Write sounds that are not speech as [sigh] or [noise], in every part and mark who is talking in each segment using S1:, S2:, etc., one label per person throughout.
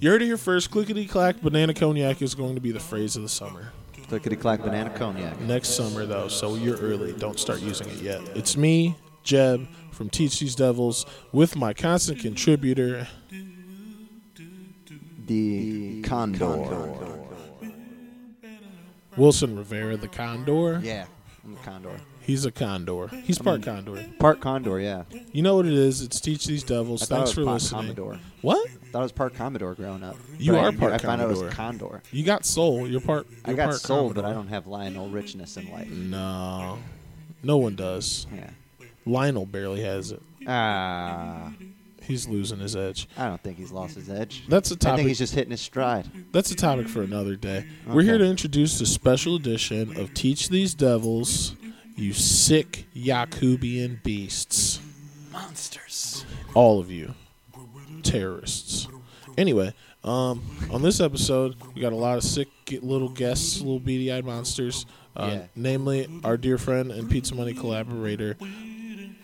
S1: You heard it here first. Clickety clack banana cognac is going to be the phrase of the summer.
S2: Clickety clack banana cognac.
S1: Next summer, though, so you're early. Don't start using it yet. It's me, Jeb, from Teach These Devils, with my constant contributor,
S2: The condor.
S1: Wilson Rivera, the Condor.
S2: Yeah, I'm a condor.
S1: He's a Condor. He's part Condor.
S2: Part condor, yeah.
S1: You know what it is? It's Teach These Devils.
S2: I thought
S1: Thanks
S2: it
S1: for
S2: was part
S1: listening.
S2: Commodore.
S1: What?
S2: Thought it was part commodore growing up.
S1: You
S2: But
S1: are
S2: I,
S1: part
S2: I found out it
S1: Commodore.
S2: was condor.
S1: You got soul. You're part.
S2: I
S1: you're
S2: got
S1: part
S2: sold, but I
S1: Commodore.
S2: don't have Lionel richness in life.
S1: No, no one does.
S2: Yeah.
S1: Lionel barely has it.
S2: Ah,
S1: He's losing his edge.
S2: I don't think he's lost his edge.
S1: That's a
S2: I
S1: topic.
S2: think he's just hitting his stride.
S1: That's a topic for another day. We're
S2: Okay.
S1: here to introduce the special edition of Teach These Devils, You Sick Yakubian Beasts.
S2: Monsters.
S1: All of you. Terrorists. Anyway, um, on this episode, we got a lot of sick ge- little guests, little beady eyed monsters. Uh,
S2: Yeah.
S1: Namely, our dear friend and Pizza Money collaborator,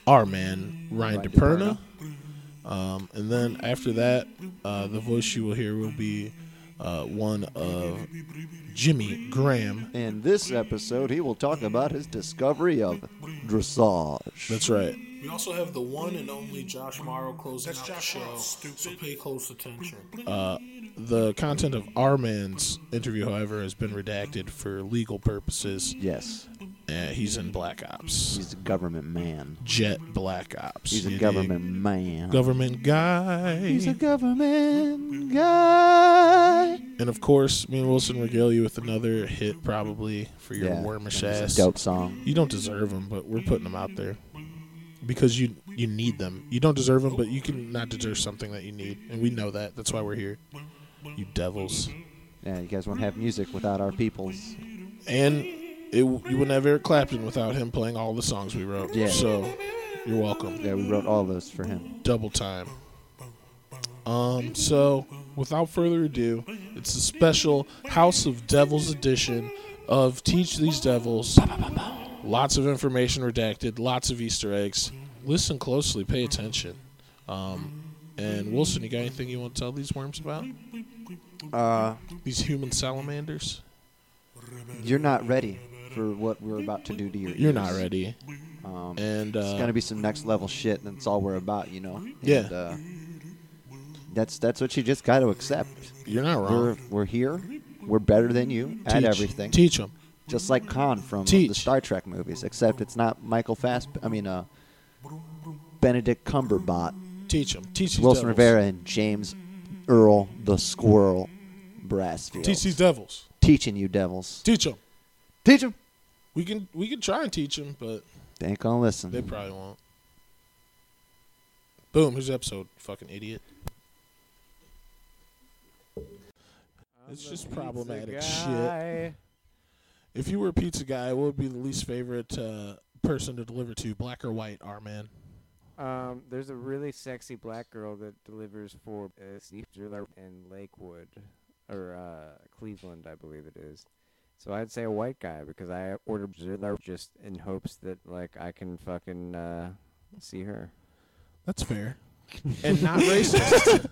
S1: our man, Ryan
S2: Ryan
S1: DePerna. Um, and then after that, uh, the voice you will hear will be uh, one of Jimmy Graham.
S2: In this episode, he will talk about his discovery of dressage.
S1: That's right.
S3: We also have the one and only Josh Morrow closing out the show, so pay close attention.
S1: Uh, The content of our man's interview, however, has been redacted for legal purposes.
S2: yes,
S1: Uh, he's in Black Ops.
S2: he's a government man.
S1: Jet Black Ops.
S2: He's
S1: You
S2: a
S1: dig?
S2: government man.
S1: government guy.
S2: he's a
S1: Mm-hmm.
S2: government guy.
S1: and of course, me and Wilson regale you with another hit probably for your
S2: Yeah,
S1: wormish
S2: that was a
S1: ass.
S2: Dope song.
S1: You don't deserve them, but we're putting them out there because you you need them. You don't deserve them, but you can not deserve something that you need, and we know that. That's why we're here. You devils.
S2: Yeah, you guys wouldn't have music without our peoples.
S1: And it, you wouldn't have Eric Clapton without him playing all the songs we wrote.
S2: Yeah.
S1: So you're welcome.
S2: Yeah, we wrote all those for him.
S1: Double time. Um. So without further ado, it's a special House of Devils edition of Teach These Devils. Lots of information redacted. Lots of Easter eggs. Listen closely. Pay attention. Um. And Wilson, you got anything you want to tell these worms about?
S2: Uh,
S1: These human salamanders?
S2: you're not ready for what we're about to do to your.
S1: You're not
S2: ears.
S1: ready.
S2: Um,
S1: And
S2: it's
S1: uh,
S2: gonna be some next level shit. and That's all we're about, you know. And,
S1: Yeah.
S2: uh, that's that's what you just got to accept.
S1: you're not wrong.
S2: We're we're here. We're better than you at
S1: Teach-
S2: everything.
S1: Teach them.
S2: Just like Khan from uh, the
S1: Teach.
S2: Star Trek movies, except it's not Michael Fast. I mean, uh, Benedict Cumberbatch,
S1: Teach them. Teach these
S2: Wilson
S1: devils.
S2: Rivera, and James Earl the Squirrel Brassfield.
S1: Teach these devils.
S2: Teaching you devils.
S1: Teach them.
S2: Teach them.
S1: We can we can try and teach them, but
S2: They ain't gonna listen.
S1: they probably won't. Boom. Here's the episode. Fucking idiot. It's just problematic shit. If you were a pizza guy, what would be the least favorite uh, person to deliver to, black or white? Our man.
S4: Um, there's a really sexy black girl that delivers for uh, Steve Driller in Lakewood or uh, Cleveland, I believe it is. So I'd say a white guy because I ordered Driller just in hopes that like I can fucking uh, see her.
S1: That's fair. and [laughs] not racist.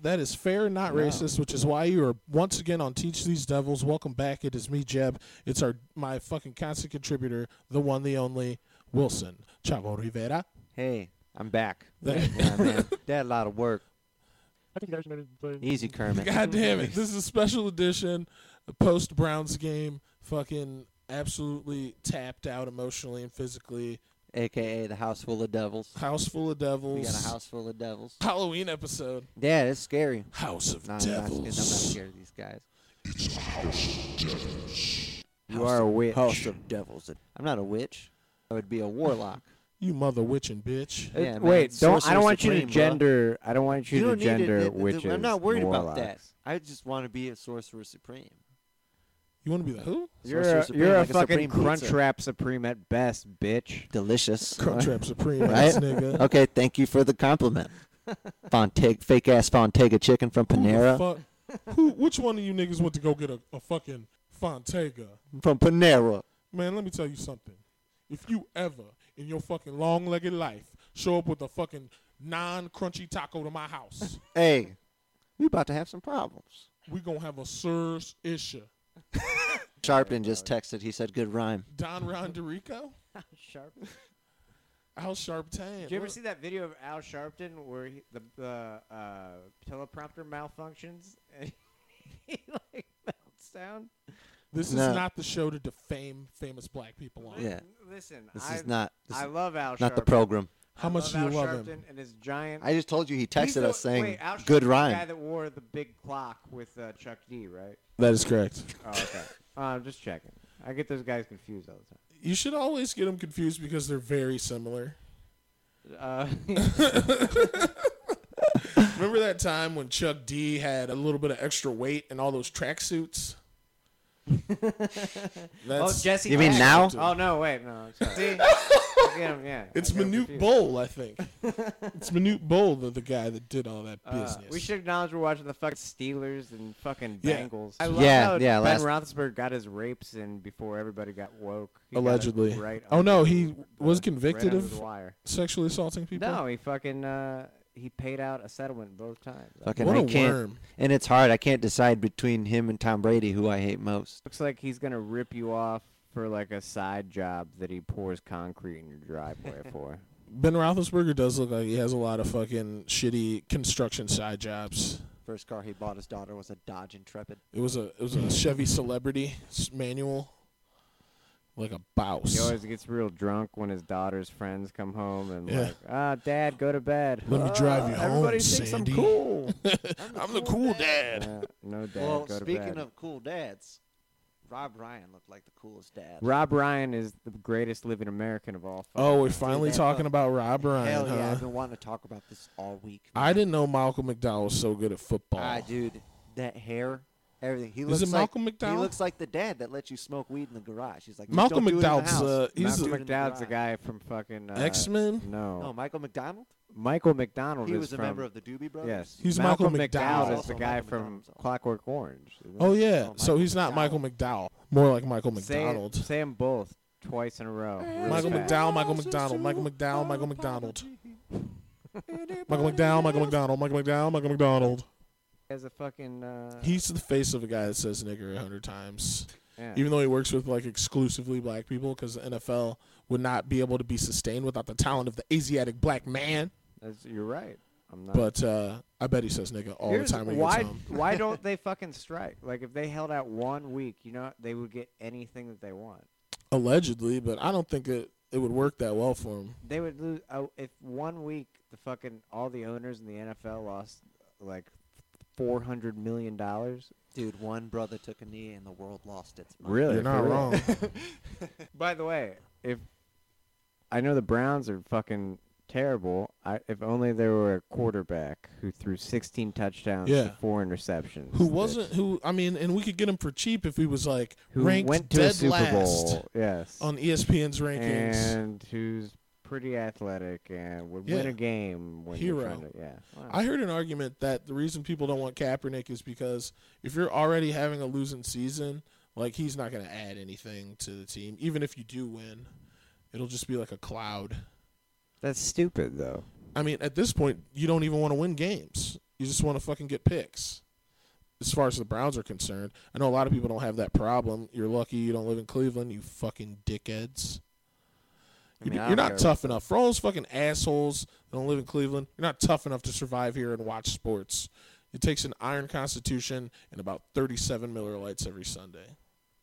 S1: That is fair and not racist, which is why you are once again on Teach These Devils. Welcome back. It is me, Jeb. It's our my fucking constant contributor, the one, the only, Wilson Chavo Rivera.
S2: Hey, I'm [laughs] back.
S1: That-
S2: yeah, man. That a lot of work. Easy, Kermit. [laughs]
S1: God damn it. This is a special edition post Browns game. Fucking absolutely tapped out emotionally and physically.
S2: AKA the house full of devils.
S1: House full of devils.
S2: We got a house full of devils.
S1: Halloween episode.
S2: Yeah, it's scary.
S1: House of
S2: No, I'm not, I'm not
S1: Devils.
S2: scared of these guys.
S4: You are a witch.
S2: of devils. I'm not a witch. I would be a warlock.
S1: You mother witching bitch.
S4: Uh,
S2: Yeah, man,
S4: Wait, don't. I
S2: Sorcerer
S4: don't want you to
S2: Supreme, bruh.
S4: gender. I don't want you, to gender
S2: it- it-
S4: witches.
S2: I'm not worried
S4: and
S2: about that.
S4: warlocks.
S2: I just want to be a sorcerer supreme.
S1: You want to be the who?
S4: You're
S2: Sorcerer
S4: a,
S2: Supreme,
S4: you're
S2: like
S4: a
S2: a
S4: fucking
S2: Supreme pizza.
S4: Crunchwrap Supreme at best,
S2: [laughs]
S4: bitch.
S2: Delicious.
S1: Crunchwrap Supreme,
S2: Right?
S1: ass
S2: [laughs]
S1: nigga.
S2: Okay, thank you for the [laughs] compliment. Fonteg, fake ass Fontega chicken from Panera.
S1: Who the fuck? Who? Which one of you niggas went to go get a, a fucking Fontega?
S2: From Panera.
S1: Man, let me tell you something. If you ever in your fucking long-legged life show up with a fucking non-crunchy taco to my house,
S2: Hey,
S4: we about to have some problems.
S1: We gonna have a SIRS issue.
S2: Sharpton just texted. He said, "Good rhyme."
S1: Don Ron DeRico?
S4: Sharp.
S1: Al Sharpton.
S4: [laughs] Did you ever
S1: Look.
S4: see that video of Al Sharpton where he, the the uh, teleprompter malfunctions and [laughs] he like melts down?
S1: This is
S2: No.
S1: not the show to defame famous black people on.
S2: Yeah.
S4: Listen,
S2: This
S4: I,
S2: is not this
S4: I
S2: is
S4: love Al.
S2: not the
S4: Sharpton.
S2: program.
S1: How
S4: I
S1: much do
S4: love
S1: you
S4: Al
S1: love him?
S4: Sharpton And his giant.
S2: I just told you he
S4: He's
S2: texted
S4: the-
S2: us saying,
S4: wait, Al Sharpton's
S2: "Good
S4: The guy
S2: rhyme."
S4: that wore the big clock with uh, Chuck D, right?
S1: That is correct.
S4: Oh, okay.
S2: [laughs]
S4: uh, just checking. I get those guys confused all the
S1: You should always get them confused because they're very similar.
S4: time. Uh, [laughs]
S1: Remember that time when Chuck D had a little bit of extra weight and all those
S4: [laughs]
S1: tracksuits?
S4: oh,
S1: That's
S4: Jesse.
S2: You mean
S4: Jackson.
S2: now?
S4: Oh no, wait, no. I'm sorry. See, I get 'em, yeah.
S1: [laughs] it's
S4: I get 'em
S1: Minute
S4: confused.
S1: Bowl, I
S4: [laughs]
S1: think. it's Minute Bowl, the, the guy that did all that
S4: Uh,
S1: business.
S4: we should acknowledge we're watching the fucking Steelers and fucking
S1: Yeah.
S4: Bengals. I love
S2: Yeah,
S4: how
S2: yeah,
S4: Ben
S2: last-
S4: Roethlisberger got his rapes in before everybody got woke. He got it
S1: Allegedly.
S4: right
S1: oh
S4: under
S1: no,
S4: the-
S1: he was
S4: right
S1: convicted
S4: under
S1: of
S4: the wire.
S1: sexually assaulting people.
S4: No, he fucking uh, he paid out a settlement both times.
S2: Fucking,
S1: What
S2: I
S1: a
S2: can't,
S1: worm.
S2: and it's hard. I can't decide between him and Tom Brady who I hate most.
S4: Looks like he's gonna rip you off for like a side job that he pours concrete in your driveway
S2: [laughs]
S4: for.
S1: Ben Roethlisberger does look like he has a lot of fucking shitty construction side jobs.
S2: First car he bought his daughter was a Dodge Intrepid.
S1: It was a it was
S4: [laughs]
S1: a Chevy Celebrity s- manual, like a
S4: He
S1: bouse.
S4: always gets real drunk when his daughter's friends come home and
S1: Yeah.
S4: like, ah, dad, go to bed.
S1: Let me drive you
S4: "Ah,
S1: home,
S4: Everybody thinks
S1: Sandy."
S4: I'm cool.
S1: [laughs] I'm the cool
S4: [laughs]
S1: dad. [laughs]
S4: Yeah, no dad,
S2: well,
S4: go to
S2: speaking
S4: bed.
S2: of cool dads, Rob Ryan looked like the coolest dad.
S4: Rob Ryan is the greatest living American of all.
S1: Oh, we're finally
S2: that
S1: talking
S2: up.
S1: about Rob Ryan,
S2: Hell yeah,
S1: huh?
S2: I've been wanting to talk about this all week.
S1: I didn't know Malcolm McDowell was so good at football.
S2: Ah, dude, that hair, everything. He
S1: Oh. Is
S2: looks
S1: it
S2: like
S1: Malcolm
S2: he
S1: McDowell?
S2: looks like the dad that lets you smoke weed in the garage. He's like "Just
S1: Malcolm
S2: don't do it in the
S1: McDowell's,
S2: house.
S1: uh, he's
S2: Just
S1: the-
S2: do it
S4: Malcolm
S2: in the
S4: McDowell's the
S2: garage."
S4: guy from fucking uh,
S1: X Men.
S4: No,
S2: No, Michael McDonald.
S4: Michael McDonald.
S2: Oh, He
S4: is
S2: was a
S4: from-
S2: member of the Doobie Brothers.
S4: Yes,
S1: He's
S4: Malcolm,
S1: Malcolm
S4: McDowell,
S1: McDowell.
S4: is the
S2: Also
S4: guy
S2: Malcolm
S4: from
S2: McDowell's on.
S4: Clockwork Orange. isn't
S1: Oh
S4: it?
S1: yeah,
S2: Oh,
S1: so
S2: Michael
S1: he's not
S2: McDowell.
S1: Michael McDowell. More like Michael McDonald.
S4: Say, say 'em both twice in a row.
S2: Eh.
S4: really
S1: Oh, Michael
S4: fast.
S1: McDowell, Michael McDonald, Michael McDowell, Michael McDonald. Michael McDowell, Michael McDonald, Michael McDowell, Michael McDonald.
S4: He has a fucking. Uh,
S1: He's the face of a guy that says nigger a hundred times,
S4: yeah.
S1: even though he works with like exclusively black people, because the NFL would not be able to be sustained without the talent of the Asiatic black man.
S4: That's, you're right. I'm not.
S1: But uh, I bet he says nigga all
S4: Here's
S1: the time when he
S4: why
S1: gets home. [laughs]
S4: why don't they fucking strike? Like if they held out one week, you know, they would get anything that they want.
S1: Allegedly, but I don't think it, it would work that well for him.
S4: They would lose oh, if one week the fucking all the owners in the NFL lost like four hundred million dollars.
S2: Dude, one brother took a knee and the world lost its mind.
S4: Really?
S1: You're not
S4: For real.
S1: wrong.
S4: [laughs] By the way, if I know the Browns are fucking terrible, I, if only there were a quarterback who threw sixteen touchdowns to
S1: Yeah.
S4: four interceptions.
S1: who
S4: that-
S1: wasn't who I mean, and we could get him for cheap if he was like
S4: who
S1: ranked
S4: went to
S1: dead
S4: a Super
S1: last
S4: Bowl? Yes.
S1: on E ESPN's rankings.
S4: and who's pretty athletic and would win
S1: Yeah.
S4: a game when
S1: Hero.
S4: You're trying to, yeah. Wow.
S1: I heard an argument that the reason people don't want Kaepernick is because if you're already having a losing season, like he's not going to add anything to the team. Even if you do win, it'll just be like a cloud.
S4: That's stupid though.
S1: I mean, at this point, you don't even want to win games. You just want to fucking get picks. As far as the Browns are concerned, I know a lot of people don't have that problem. You're lucky you don't live in Cleveland, you fucking dickheads.
S4: I mean,
S1: you're
S4: I
S1: you're
S4: don't
S1: not
S4: care.
S1: tough enough. For all those fucking assholes that don't live in Cleveland, you're not tough enough to survive here and watch sports. It takes an iron constitution and about 37 Miller Lights every Sunday.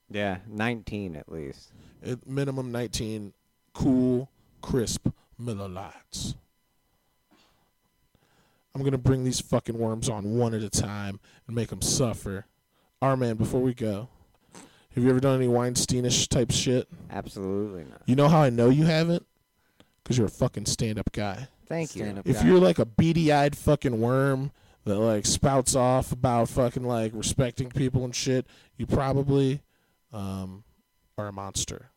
S4: Yeah, 19 at least.
S1: At minimum 19 cool, crisp Miller Lights. I'm going to bring these fucking worms on one at a time and make them suffer. Our man, before we go, have you ever done any Weinsteinish type shit?
S4: Absolutely not.
S1: You know how I know you haven't? Because you're a fucking stand up guy.
S4: Thank you.
S2: Stand up.
S1: If
S2: Yeah.
S1: you're like a beady eyed fucking worm that like spouts off about fucking like respecting people and shit, you probably um, are a monster.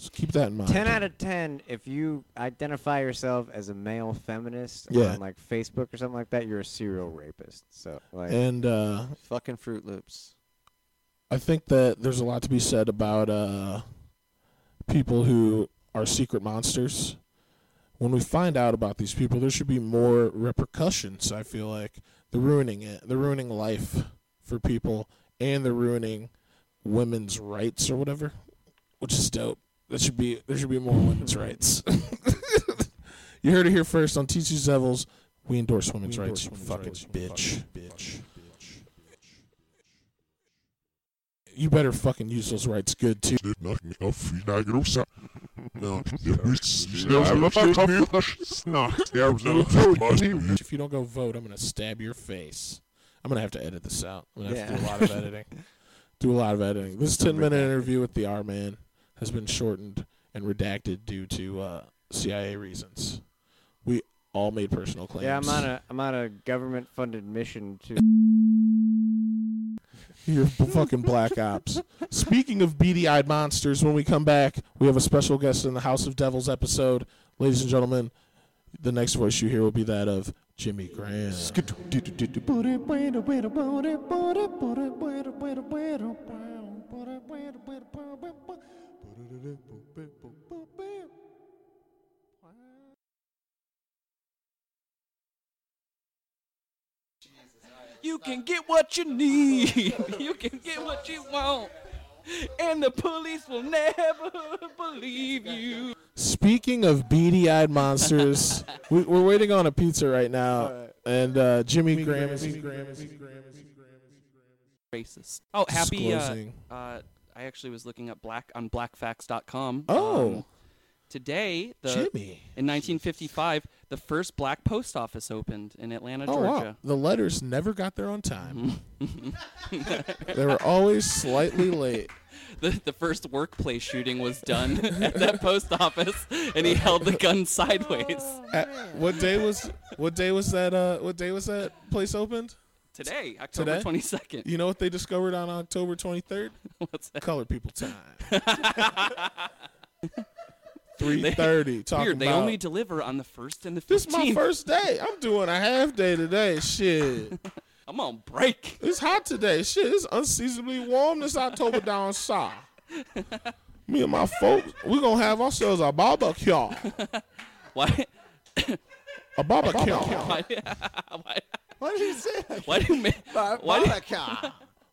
S1: So keep that in mind.
S4: 10 out of 10 if you identify yourself as a male feminist
S1: Yeah.
S4: on like Facebook or something like that, you're a serial rapist. So like
S1: And uh,
S2: Fucking Fruit Loops.
S1: I think that there's a lot to be said about uh, people who are secret monsters. when we find out about these people, there should be more repercussions. I feel like they're ruining it. They're ruining life for people, and they're ruining women's rights or whatever, which is dope. That should be there should be more women's rights. [laughs] you heard it here first on Teach Devils. We endorse women's rights, you fucking bitch. bitch. You better fucking use those rights good too.
S4: [laughs]
S1: If you don't go vote, I'm gonna stab your face. I'm gonna have to edit this out. I'm gonna have to do a
S4: Yeah.
S1: lot of
S4: [laughs]
S1: editing. do a lot of editing. This 10 minute interview with the R man has been shortened and redacted due to uh, CIA reasons. We all made personal claims.
S4: Yeah, I'm on a I'm on a government funded mission to
S1: You're b- fucking black ops. Speaking of beady eyed monsters, when we come back, we have a special guest in the House of Devils episode. Ladies and gentlemen, the next voice you hear will be that of Jimmy Graham.
S5: You can get what you need. You can get what you want. And the police will never believe you.
S1: Speaking of beady eyed monsters, we, we're waiting on a pizza right now, and uh, Jimmy, Graham is.
S5: Racist. Oh, happy. Uh,
S1: Disclosing.
S5: uh, I actually was looking up black on blackfacts.com.
S1: Oh.
S5: Um, today, the
S1: Jimmy.
S5: in 1955, the first black post office opened in Atlanta,
S1: Oh wow!
S5: Georgia.
S1: The letters never got there on time. [laughs]
S5: Mm-hmm. [laughs]
S1: they were always slightly late.
S5: The, the first workplace shooting was done [laughs] at that post office, and he held the gun sideways.
S1: At- what day was what day was that? Uh, what day was that place opened?
S5: Today, October
S1: Today?
S5: 22nd.
S1: You know what they discovered on October 23rd?
S5: [laughs] What's that?
S1: Color people
S5: [laughs]
S1: time. 3:30. Talking
S5: Weird. They
S1: about
S5: only deliver on the first and the 15th.
S1: this is my first day. I'm doing a half day today. Shit.
S5: I'm on break. [laughs]
S1: It's hot today. Shit, it's unseasonably warm this October down south. Me and my folks, we're gonna have ourselves a barbecue. A
S5: Why?
S1: barbecue.
S5: Why? [laughs] Why?
S2: What did he say?
S5: [laughs] Why do men? Why do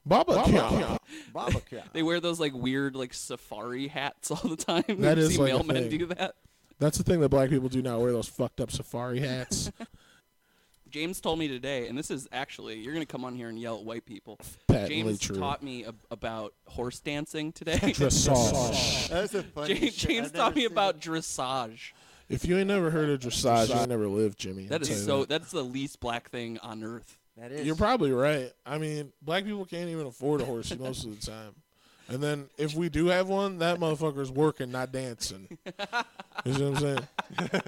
S2: Barbecue.
S1: Barbecue.
S2: Barbecue.
S5: they wear those like weird like safari hats [laughs] all the time? You
S1: That is,
S5: see
S1: like, a
S5: mailmen
S1: thing.
S5: do that.
S1: That's the thing that black people do now wear those fucked up safari
S5: [laughs]
S1: hats.
S5: James told me today, and this is actually you're gonna come on here and yell at white people.
S1: Patently
S5: James
S1: true.
S5: taught me ab- about horse
S1: [laughs]
S5: dancing today. [laughs]
S1: Dressage.
S2: That's a funny
S5: James,
S2: shit.
S5: James
S2: I've
S5: taught
S2: never
S5: me
S2: seen
S5: about
S2: it.
S5: dressage.
S1: If you ain't never heard of dressage, you ain't never lived, Jimmy.
S5: That
S1: I'll tell
S5: is
S1: you
S5: so.
S1: that.
S5: That's the least black thing on earth.
S2: That is.
S1: You're probably right. I mean, black people can't even afford a horse most of the time. And then if we do have one, that motherfucker's working, not dancing. You see what I'm saying? [laughs]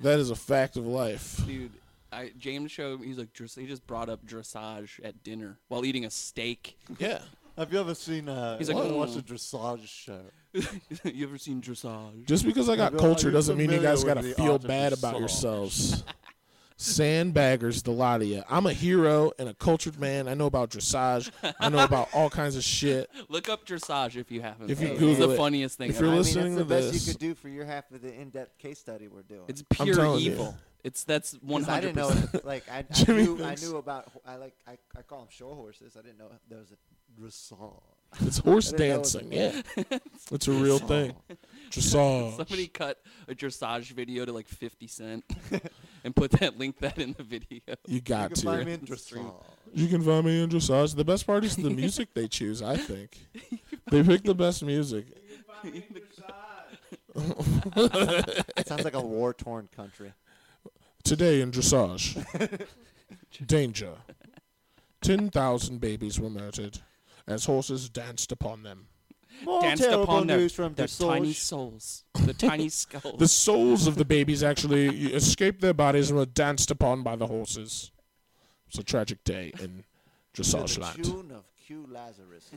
S1: that is a fact of life.
S5: Dude, I James showed me. He's like, dress, he just brought up dressage at dinner while eating a steak. [laughs]
S1: Yeah.
S2: [laughs] Have you ever seen? Uh,
S5: He's
S2: He's
S5: like,
S2: like,
S5: "Mm."
S2: watched a dressage show.
S5: you ever seen dressage?
S1: Just because I got
S2: Are
S1: culture
S2: you
S1: doesn't mean you
S2: familiar
S1: guys got to
S2: with the
S1: feel
S2: art of
S1: bad about
S2: dressage?
S1: yourselves. Sandbaggers, the lot of you. I'm a hero and a cultured man. I know about dressage. I know about all kinds of shit.
S5: Look up dressage if you haven't.
S1: If you
S5: it's
S1: Google
S5: the
S1: it.
S5: funniest thing
S1: If
S5: ever.
S1: you're
S2: I mean,
S1: listening-
S2: that's the
S1: to
S2: best
S1: this-
S2: you could do for your half of the in-depth case study we're doing.
S5: it's
S1: I'm
S5: pure
S1: telling you.
S5: evil. It's that's one
S2: 'Cause I
S5: hundred
S2: didn't know.
S5: percent.
S2: it- Like I, I
S1: [laughs] Jimmy
S2: knew, I
S1: thinks-
S2: knew about. ho- I like. I, I call them shore horses. I didn't know there was a dressage.
S1: It's horse
S2: I didn't know it was
S1: dancing.
S2: a
S1: Yeah. It's a real thing.
S2: [laughs]
S1: [laughs] Dressage.
S5: Somebody cut a dressage video to like
S2: [laughs]
S5: fifty cent and put that link that in the video.
S1: You
S2: You
S1: got
S2: can
S1: to.
S2: find me in
S5: Stream.
S2: dressage.
S1: You can find me in dressage. The best part is the music they choose. I think they pick the best music.
S2: It sounds like a war-torn
S1: [laughs]
S2: country.
S1: Today in dressage, danger. Ten thousand babies were murdered as horses danced upon them.
S2: More
S5: Danced
S2: terrible
S5: upon their,
S2: news from
S5: their
S2: dressage.
S5: tiny souls, the
S1: [laughs]
S5: tiny skulls.
S1: The souls of the babies actually escaped their bodies and were danced upon by the horses. It's a tragic day in
S2: to
S1: dressage
S2: the
S1: land.
S2: tune of Q Lazarus.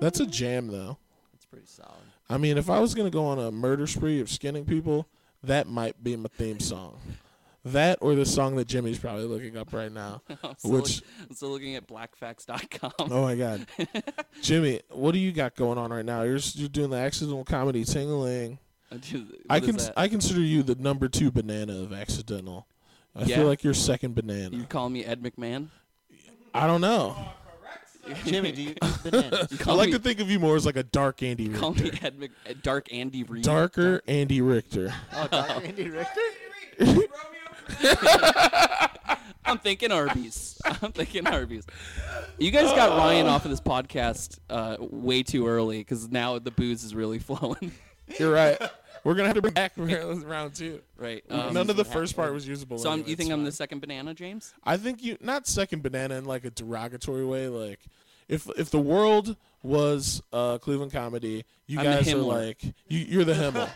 S1: That's a jam, though.
S2: it's pretty solid.
S1: I mean, if I was gonna go on a murder spree of skinning people, that might be my theme song. That or the song that Jimmy's probably looking up right
S5: [laughs]
S1: now.
S5: I'm still,
S1: which,
S5: look- I'm still looking at blackfacts.com.
S1: oh my God. Jimmy, what do you got going on right now? You're, s- you're doing the accidental comedy tingling.
S5: I do-
S1: I
S5: what is
S1: can
S5: that?
S1: I consider you the number two banana of accidental. I
S5: Yeah?
S1: feel like you're second banana.
S5: You call me Ed McMahon?
S1: I don't know.
S2: Jimmy,
S5: [laughs]
S2: do you eat bananas?
S5: You
S1: I
S5: call
S1: like
S5: me,
S1: to think of you more as like a dark Andy Richter.
S5: call me
S1: [laughs]
S5: Ed Mc, Ed Dark Andy Reed.
S1: Darker Andy Richter.
S2: oh, Dr. Andy Richter?
S5: I'm thinking Arby's. [laughs] I'm thinking Arby's. You guys got Ryan off of this podcast uh, way too early because now the booze is really [laughs] flowing.
S1: You're right. We're gonna have to bring [laughs] back round two.
S5: right. Um,
S1: None of the first part was usable.
S5: so I'm,
S1: anyway,
S5: you think
S1: it's
S5: I'm the
S1: fine.
S5: second banana, James?
S1: I think you not second banana in like a derogatory way. Like if if the world was uh, Cleveland comedy, you
S5: I'm the
S1: guys are
S5: Himmler.
S1: like you, you're the Himmel.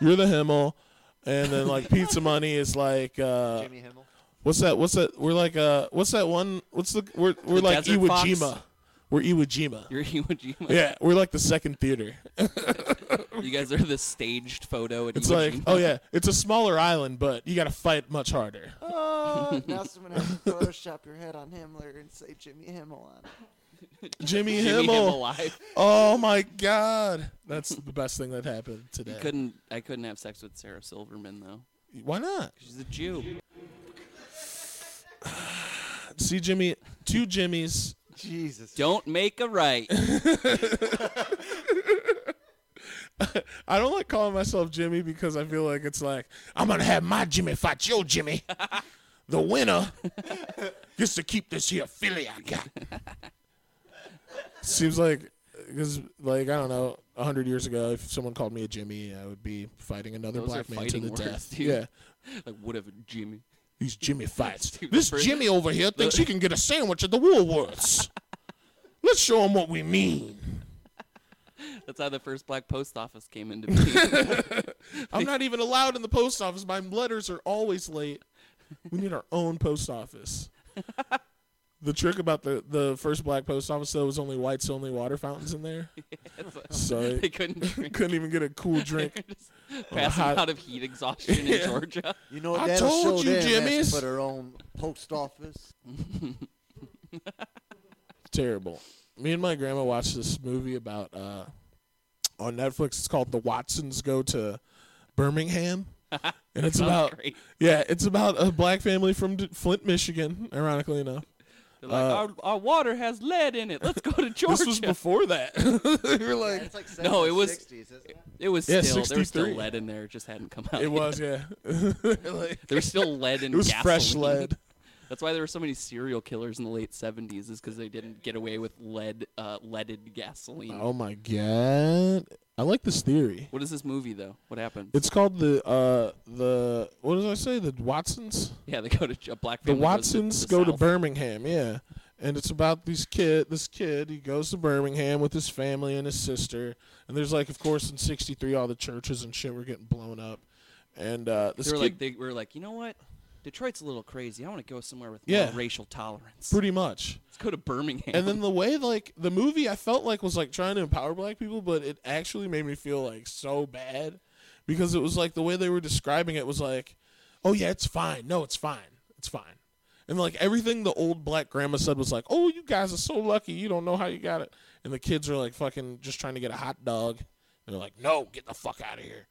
S1: you're the Himmel, and then like Pizza Money is like uh,
S2: Jimmy Himmel?
S1: what's that? What's that? We're like uh, what's that one? What's the we're we're
S5: The
S1: like
S5: Desert
S1: Iwo
S5: Fox?
S1: Jima. We're Iwo Jima.
S5: You're Iwo Jima.
S1: yeah, we're like the second theater.
S5: You guys are the staged photo. At
S1: It's
S5: Iwo
S1: like,
S5: Jima.
S1: oh
S5: [laughs]
S1: yeah, it's a smaller island, but you got to fight much harder.
S2: [laughs] Oh, now someone has
S1: [laughs]
S2: to Photoshop your head on Himmler and say Jimmy Himmel on it.
S1: [laughs] Jimmy,
S5: Jimmy
S1: Himmel.
S5: Himmel
S1: [laughs]
S5: live.
S1: Oh my God, that's the best thing that happened today.
S5: Couldn't I couldn't have sex with Sarah Silverman though.
S1: Why not?
S5: She's a Jew.
S1: See Jimmy, two Jimmys.
S2: Jesus.
S5: Don't make
S1: [laughs]
S5: a right.
S1: I don't like calling myself Jimmy because I feel like it's like I'm gonna have my Jimmy fight your
S5: [laughs]
S1: Jimmy. the winner gets to keep this here filly I
S5: [laughs]
S1: got. Seems like because like I don't know, a hundred years ago, if someone called me a Jimmy, I would be fighting another
S5: Those are
S1: black man to
S5: fighting
S1: the
S5: words,
S1: death.
S5: dude.
S1: Yeah.
S5: like whatever, Jimmy.
S1: These Jimmy fights.
S5: Dude,
S1: this
S5: for-
S1: Jimmy over here thinks he can get a sandwich at the
S5: [laughs]
S1: Woolworths. Let's show him what we mean.
S5: That's how the first black post office came into being.
S1: [laughs]
S5: [laughs]
S1: I'm not even allowed in the post office. My letters are always late. We need our own post office. [laughs] The trick about the, the first black post office though was only whites only water fountains in there. [laughs] So
S5: they couldn't drink.
S1: couldn't even get a cool
S5: [laughs]
S1: drink.
S5: Just
S1: Uh,
S5: Passing
S1: hot-
S5: out of heat
S1: [laughs]
S5: exhaustion in [laughs] Georgia.
S2: You know
S1: I
S2: what that'll
S1: told
S2: show
S1: you,
S2: them is
S1: Jimmy's.
S2: Put her own post office.
S1: Terrible. Me and my grandma watched this movie about uh, on Netflix. It's called The Watsons Go to
S5: [laughs]
S1: Birmingham, and it's
S5: Sounds
S1: about
S5: great.
S1: yeah, it's about a black family from D- Flint, Michigan. Ironically enough,
S5: They're like, our, our water has lead in it. Let's go to Georgia.
S1: uh, [laughs] this was before that. [laughs] they were like,
S2: It's like
S5: No, it was-
S2: 60s, isn't it?
S5: it was
S1: Yeah,
S5: still there was still
S1: 63.
S5: lead in there. It just hadn't come out.
S1: It
S5: yet. [laughs]
S1: was, yeah. [laughs] Like,
S5: There was still lead in
S1: it was fresh
S5: gasoline.
S1: lead.
S5: That's why there were so many serial killers in the late '70s, is because they didn't get away with lead, uh, leaded gasoline.
S1: Oh my god! I like this theory.
S5: What is this movie though? What happened?
S1: It's called the uh the what did I say? The Watsons.
S5: yeah, they go to J- a black.
S1: The
S5: family goes
S1: Watsons
S5: to the
S1: go to
S5: South.
S1: Birmingham, yeah. And it's about this kid. This kid, he goes to Birmingham with his family and his sister. And there's like, of course, in '63, all the churches and shit were getting blown up. And uh, this
S5: They were
S1: kid,
S5: like, they were like, you know what? Detroit's a little crazy. I want to go somewhere with
S1: Yeah.
S5: more racial tolerance.
S1: pretty much.
S5: Let's go to Birmingham.
S1: And then the way like the movie I felt like was like trying to empower black people, but it actually made me feel like so bad because it was like the way they were describing it was like, "Oh yeah, it's fine. No, it's fine. It's fine." And like everything the old black grandma said was like, "Oh, you guys are so lucky. You don't know how you got it." And the kids are like fucking just trying to get a hot dog. And they're like, "No, get the fuck out of here."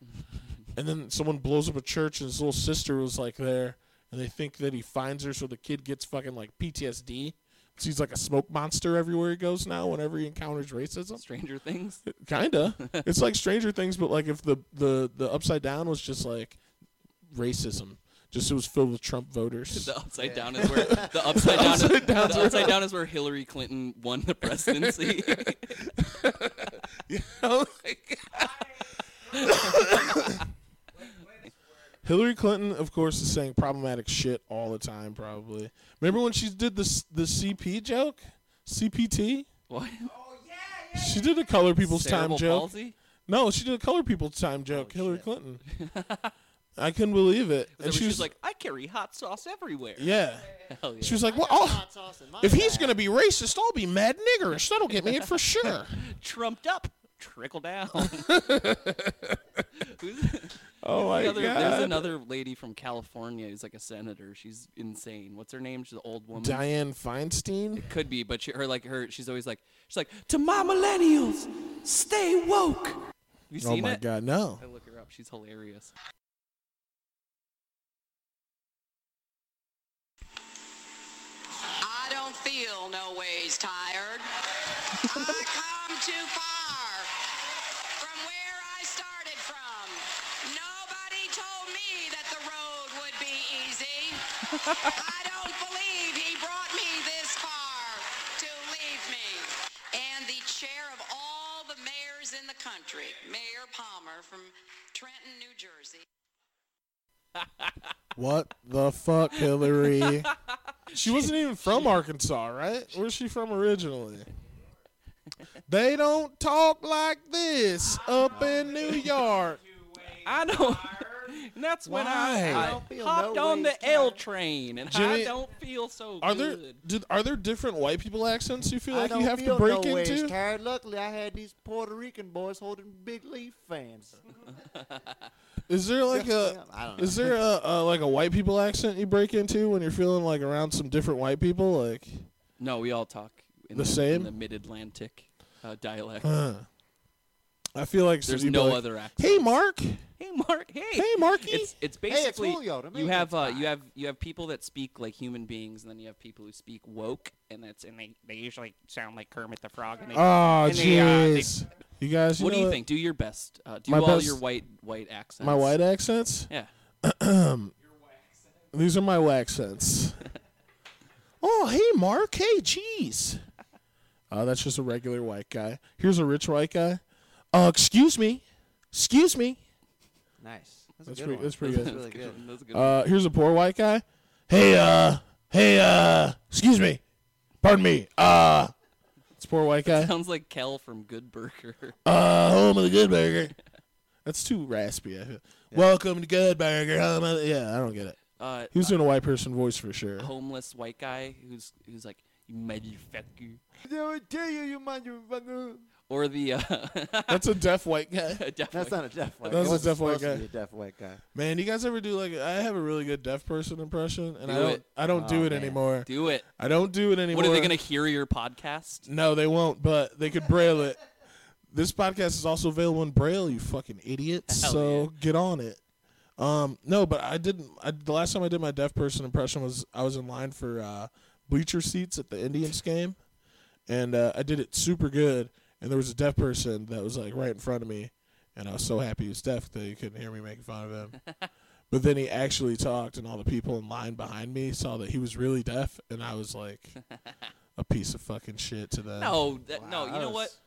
S1: And then someone blows up a church, and his little sister was like there, and they think that he finds her, so the kid gets fucking like PTSD. So he's like a smoke monster everywhere he goes now. Whenever he encounters [laughs] racism,
S5: Stranger Things.
S1: kinda. it's like Stranger Things, but like if the the the upside down was just like racism, just it was filled with Trump voters.
S5: [laughs] The upside down is [laughs] where the upside down. is, the upside down is where Hillary Clinton won
S1: [laughs]
S5: the presidency. [laughs]
S1: Oh my Hillary Clinton, of course, is saying problematic shit all the time. Probably remember when she did this the CP joke, CPT.
S5: what?
S1: She did a color people's
S5: Cerebral
S1: time joke.
S5: palsy?
S1: No, she did a color people time joke, Hillary
S5: [laughs]
S1: Clinton. I couldn't believe it.
S5: Was Oh, that when she was like, I carry hot sauce everywhere.
S1: yeah.
S5: Hell yeah.
S1: She was like,
S5: [laughs]
S1: well, I'll, if he's going to be racist, I'll be mad niggerish. That'll get me it for
S5: [laughs]
S1: sure. [laughs]
S5: trumped up, trickle down. Who's-
S1: Oh my
S5: The other- there's
S1: god.
S5: another lady from California who's like a senator. She's insane. What's her name? She's an old woman.
S1: Diane Feinstein.
S5: Could be, but she, her like her. She's always like she's like to my millennials, stay woke. Have you
S1: Oh
S5: seen
S1: my
S5: it?
S1: god, no.
S5: I look her up. She's hilarious.
S6: I don't feel no ways tired. I come too far from where I started from. Nobody told me that the road would be easy. I don't believe he brought me this far to leave me. And the chair of all the mayors in the country, Mayor Palmer from Trenton, New Jersey.
S1: What the fuck,
S5: [laughs]
S1: Hillary? she wasn't even from Arkansas, right? Where's she from
S5: [laughs]
S1: originally? They don't talk like this up in
S5: [laughs]
S1: New York.
S5: I know. And [laughs] that's when I,
S1: Why?
S5: I
S1: I
S2: don't feel
S5: hopped
S2: no
S5: on the
S2: ways
S5: L train, and
S1: Jimmy,
S5: I don't feel so
S1: Are there
S5: good.
S1: did, are there different white people accents you feel
S2: I
S1: like
S2: don't
S1: you have to
S2: feel
S1: break
S2: no ways
S1: into?
S2: tired. Luckily, I had these Puerto Rican boys holding big leaf fans.
S1: Is there like a
S2: I don't know.
S1: is there a, a like a white people accent you break into when you're feeling like around some different white people? Like,
S5: No, we all talk in
S1: The
S5: the,
S1: same?
S5: in the mid-Atlantic uh, dialect.
S1: huh. I feel like some
S5: There's
S1: people
S5: no
S1: like,
S5: other accent.
S1: Hey, Mark.
S5: Hey, Mark. Hey.
S1: Hey, Marky.
S5: It's it's
S2: it's
S5: basically
S2: Julio to me,
S5: you have
S2: that's
S5: uh, you have you have people that speak like human beings, and then you have people who speak woke, and that's and they, they usually sound like Kermit the Frog. And they,
S1: Oh,
S5: and they, uh, they-
S1: jeez. You guys. You
S5: what do
S1: know
S5: you think? Do your best. Uh, do
S1: My
S5: all
S1: best-
S5: your white white accents.
S1: My white accents.
S5: Yeah.
S1: These are my wax
S5: [laughs]
S1: scents. oh, hey, Mark. Hey, jeez. Uh, that's just a regular white guy. Here's a rich white guy. Uh, excuse me. Excuse me.
S2: Nice. That's,
S1: That's
S2: a good
S1: pretty-
S2: one.
S1: that's pretty good.
S2: really good.
S5: [laughs] That's a good.
S1: Uh, here's a poor white guy. Hey, uh, hey, uh, excuse me. Pardon me. Uh, it's a poor white guy.
S5: Sounds like Kel from Good Burger.
S1: Uh, home of the good burger. That's too raspy. I feel. Welcome to good burger. Home of the-" yeah, I don't get it.
S5: Uh,
S1: He was doing a white person voice for sure.
S5: homeless white guy who's who's like you motherfucker,
S2: I tell you, you motherfucker.
S5: or the uh, [laughs]
S1: That's a deaf white guy.
S2: That's not a deaf white.
S1: That was
S2: guy.
S1: a deaf white guy.
S2: Be a deaf white guy.
S1: Man, you guys ever do like I have a really good deaf person impression, and I
S5: Do
S1: don't
S5: it.
S1: I don't
S2: Oh,
S1: do it anymore.
S5: do it.
S1: I don't do it anymore.
S5: What are they gonna hear your podcast?
S1: No, they won't. But they could braille it. This podcast is also available in braille. You fucking idiots.
S5: Hell
S1: so
S5: yeah.
S1: get on it. Um, no, but I didn't. I, the last time I did my deaf person impression was I was in line for uh, bleacher seats at the Indians game, and uh, I did it super good. And there was a deaf person that was like right in front of me, and I was so happy he was deaf that he couldn't hear me making fun of him. but then he actually talked, and all the people in line behind me saw that he was really deaf, and I was like a piece of fucking shit to them.
S5: No, that, no.
S2: Wow,
S5: You know
S2: that
S5: what?
S2: was-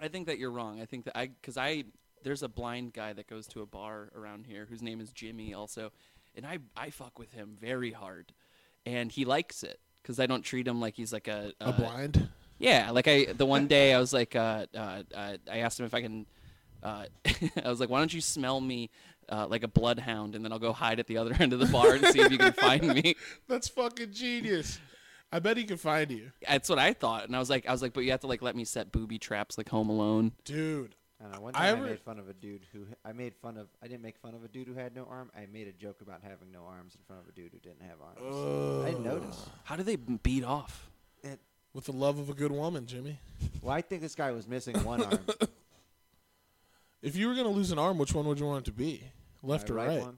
S5: I think that you're wrong. I think that I because I there's a blind guy that goes to a bar around here whose name is Jimmy also, and I I fuck with him very hard, and he likes it because I don't treat him like he's like a
S1: a blind.
S5: Yeah, like I the [laughs] one day I was like, uh, uh, uh, I asked him if I can. Uh, [laughs] I was like, why don't you smell me uh, like a bloodhound, and then I'll go hide at the other [laughs] end of the bar and see if you can find [laughs] me.
S1: That's fucking genius. I bet he can find you,
S5: That's what I thought, and I was like, I was like, but you have to like let me set booby traps like Home Alone.
S1: dude.
S2: I don't know. One
S1: I
S2: time I,
S1: ever-
S2: made fun of a dude who I made fun of. I didn't make fun of a dude who had no arm. I made a joke about having no arms in front of a dude who didn't have arms. I didn't notice.
S5: How do they beat off?
S2: It,
S1: With the love of a good woman, Jimmy.
S2: well, I think this guy was
S1: [laughs]
S2: missing one arm.
S1: If you were gonna lose an arm, which one would you want it to be? Left
S2: my
S1: or right?
S2: One.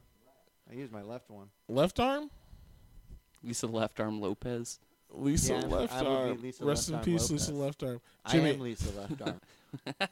S2: I used my left one.
S1: Left arm.
S5: Lisa Left Arm Lopez.
S1: Lisa
S2: Yeah,
S1: left
S2: I would be
S1: arm.
S2: Lisa
S1: Rest
S2: Left
S1: in
S2: Arm
S1: peace,
S2: Lopez.
S1: Lisa left arm.
S2: I
S1: Jimmy,
S2: am Lisa left
S1: [laughs]
S2: arm.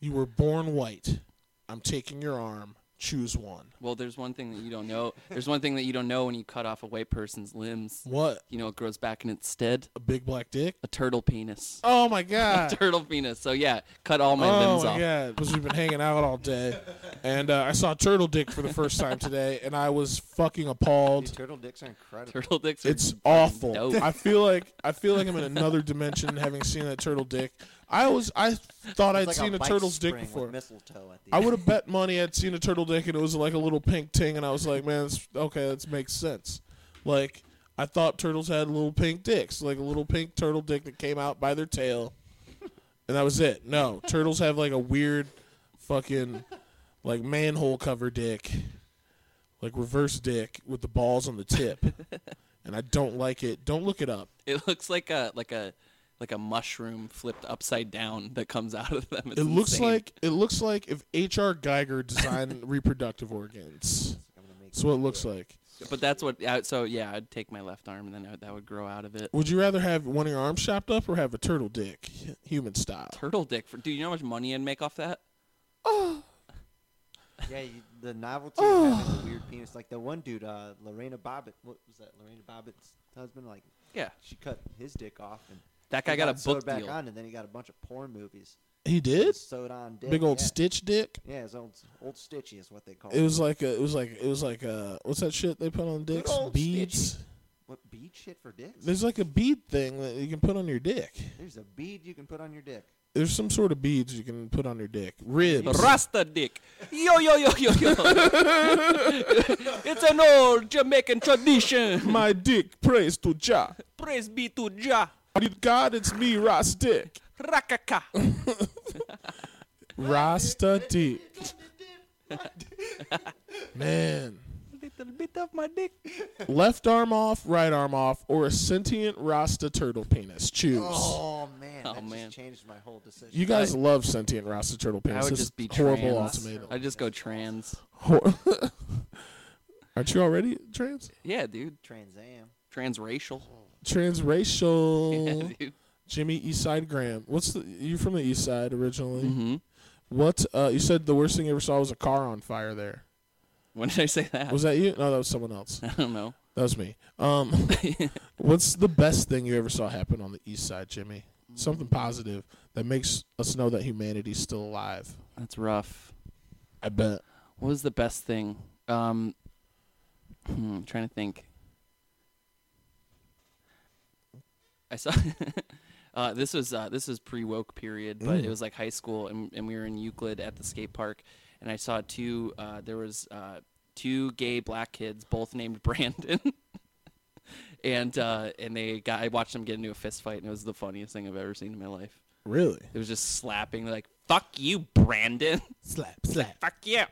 S1: you were born white. I'm taking your arm. Choose one.
S5: Well, there's one thing that you don't know. There's one thing that you don't know when you cut off a white person's limbs.
S1: What?
S5: You know, it grows back in its stead.
S1: A big black dick?
S5: A turtle penis.
S1: Oh my god.
S5: [laughs] Turtle penis. So yeah, cut all my
S1: oh
S5: limbs
S1: my
S5: off.
S1: god. Because we've been hanging out all day, and uh, I saw turtle dick for the first time today, and I was fucking
S2: Dude,
S1: appalled.
S2: turtle dicks are incredible.
S5: [laughs] Turtle dicks. Are
S1: It's awful.
S5: dope.
S1: I feel like I feel like I'm in another dimension having seen that turtle dick. I always I thought I'd
S2: It's like
S1: seen a
S2: bike
S1: turtle's dick
S2: spring with
S1: before.
S2: mistletoe at the
S1: I
S2: end.
S1: would have bet money I'd seen a turtle dick and it was like a little pink ting, and I was like, man, that's, okay, that makes sense. Like I thought turtles had little pink dicks, like a little pink turtle dick that came out by their tail, and that was it. No, turtles have like a weird, fucking, like manhole cover dick, like reverse dick with the balls on the tip, and I don't like it. Don't look it up.
S5: [laughs] It looks like a like a like a mushroom flipped upside down that comes out of them. It's
S1: it looks
S5: insane.
S1: like it looks like if H.R. Geiger designed [laughs] reproductive organs.
S2: I'm gonna make
S1: That's what it looks like.
S5: but that's what. I- So yeah, I'd take my left arm and then I would- that would grow out of it.
S1: Would you rather have one of your arms chopped up or have a turtle dick, human style?
S5: Turtle dick. For, do you know how much money I'd make off that?
S2: Yeah, you, the novelty of having a weird penis, like the one dude, uh, Lorena Bobbitt. What was that? Lorena Bobbitt's husband, like
S5: Yeah,
S2: she cut his dick off, and
S5: that
S2: he
S5: guy got a
S2: sewed
S5: book
S2: back
S5: deal.
S2: on, and then he got a bunch of porn movies.
S1: He did
S2: Sewed on dick.
S1: big old
S2: yeah.
S1: Stitch dick.
S2: Yeah, his old old stitchy is what they call
S1: It was like a, it was like it was like a, what's that shit they put on dicks?
S2: old
S1: Beads.
S2: What bead shit for dicks?
S1: There's like a bead thing that you can put on your dick.
S2: There's a bead you can put on your dick.
S1: There's some sort of beads you can put on your dick. Ribs.
S5: Rasta dick. Yo yo yo
S1: [laughs]
S5: yo yo. it's an old Jamaican tradition.
S1: My dick prays to Jah.
S5: Praise be to Jah.
S1: God, it's me, Ras Dick.
S5: Rakaka.
S1: Rasta Dick. Man.
S5: Little bit of my dick.
S1: Left arm off, right arm off, or a sentient Rasta turtle penis. Choose.
S2: Oh man,
S5: Oh,
S2: that
S5: man.
S2: just changed my whole decision.
S1: You guys love sentient Rasta turtle
S5: I
S1: penis.
S5: would
S1: This
S5: just be
S1: is horrible
S5: trans.
S1: ultimatum.
S5: I'd just go trans.
S1: Hor- Aren't you already trans?
S5: Yeah, dude.
S2: Trans Am.
S5: Transracial.
S1: Transracial.
S5: [laughs] Yeah, dude.
S1: Jimmy East Side Graham. What's the you from the East Side originally?
S5: Mhm.
S1: What uh, you said the worst thing you ever saw was a car on fire there.
S5: When did I say that?
S1: Was that you? No, that was someone else.
S5: [laughs] I don't know.
S1: That was me. Um, what's the best thing you ever saw happen on the East Side, Jimmy? Something positive that makes us know that humanity's still alive.
S5: That's rough.
S1: I bet.
S5: What was the best thing? Um, hmm, I'm trying to think. I saw. [laughs] uh, this was uh, this was pre woke period, but it was like high school, and, and we were in Euclid at the skate park, and I saw two. Uh, there was uh, two gay black kids, both named [laughs] Brandon. And uh, and they got I watched them get into a fist fight and it was the funniest thing I've ever seen in my life.
S1: Really?
S5: It was just slapping like "fuck you, Brandon, [laughs]
S1: Slap, slap,
S5: fuck you."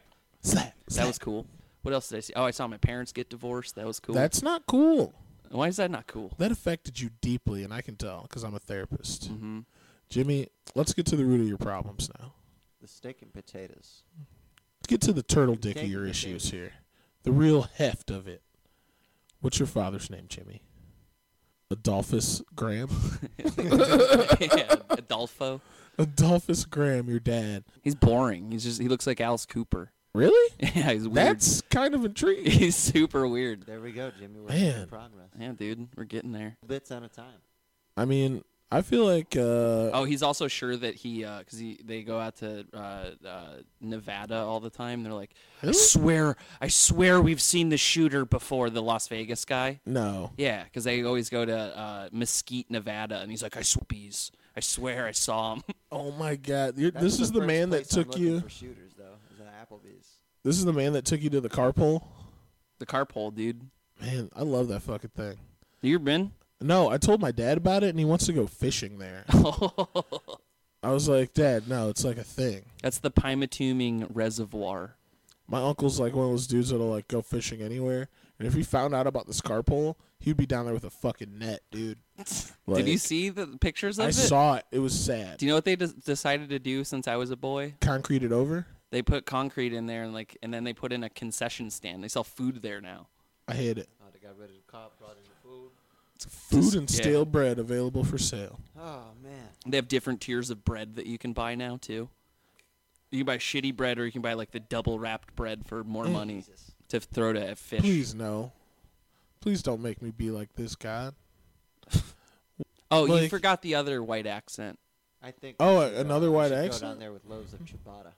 S1: slap.
S5: That was cool. What else did I see? Oh, I saw my parents get divorced. That was cool.
S1: That's not cool.
S5: Why is that
S1: [laughs]
S5: not cool? [laughs]
S1: That affected you deeply, and I can tell because I'm a therapist. Jimmy, let's get to the root of your problems now.
S2: The steak and potatoes.
S1: Let's get to the turtle dick of
S2: Thank
S1: your
S2: you,
S1: issues here. The real heft of it. What's your father's name, Jimmy? Adolphus Graham? [laughs]
S5: yeah, Adolfo.
S1: Adolphus Graham, your dad.
S5: He's boring. He's just he looks like Alice Cooper. [laughs]
S1: Really?
S5: Yeah, he's weird.
S1: That's kind of intriguing.
S5: [laughs] he's super weird.
S2: There we go, Jimmy. We're
S1: [laughs]
S2: making
S1: Man.
S2: progress.
S5: Yeah, dude, we're getting there.
S2: Bits at a time.
S1: I mean, I feel like uh,
S5: Oh, he's also sure that he because he they go out to uh, uh, Nevada all the time. They're like, I swear, I swear, we've seen the shooter before, the Las Vegas guy.
S1: no.
S5: Yeah, because they always go to uh, Mesquite, Nevada, and he's like, I swoopies. I swear, I saw him.
S1: Oh my God! You're,
S2: That's
S1: this is the
S2: first
S1: man that
S2: place I'm
S1: took
S2: looking
S1: you.
S2: For shooters, though, is an Applebee's.
S1: This is the man that took you to the carpool.
S5: [laughs] the carpool, dude.
S1: Man, I love that fucking thing.
S5: You been? [laughs]
S1: No, I told my dad about it, and he wants to go fishing there. I was like, Dad, no, it's like a thing.
S5: That's the Pymatuming Reservoir.
S1: My uncle's like one of those dudes that'll like go fishing anywhere. And if he found out about this carpool, he'd be down there with a fucking net, [laughs] dude. Like,
S5: Did you see the pictures of
S1: I
S5: it?
S1: saw it. It was sad.
S5: Do you know what they des- decided to do since I was a boy?
S1: Concrete it over.
S5: They put concrete in there and like, and then they put in a concession stand. They sell food there now.
S1: I hate it.
S2: Oh, they got rid of the cop, brought in the food.
S1: Food and
S5: yeah.
S1: stale bread available for sale.
S2: Oh man,
S5: They have different tiers of bread that you can buy now too. You can buy shitty bread, or you can buy like the double wrapped bread for more money
S2: Jesus.
S5: to throw to a fish.
S1: Mm. Please no. Please don't make me be like this, God.
S5: Oh, you
S1: Like-
S5: forgot the other white accent.
S2: I think.
S1: Oh,
S2: we should go-
S1: another
S2: we
S1: white
S2: should Go
S1: accent?
S2: down there with loaves of ciabatta.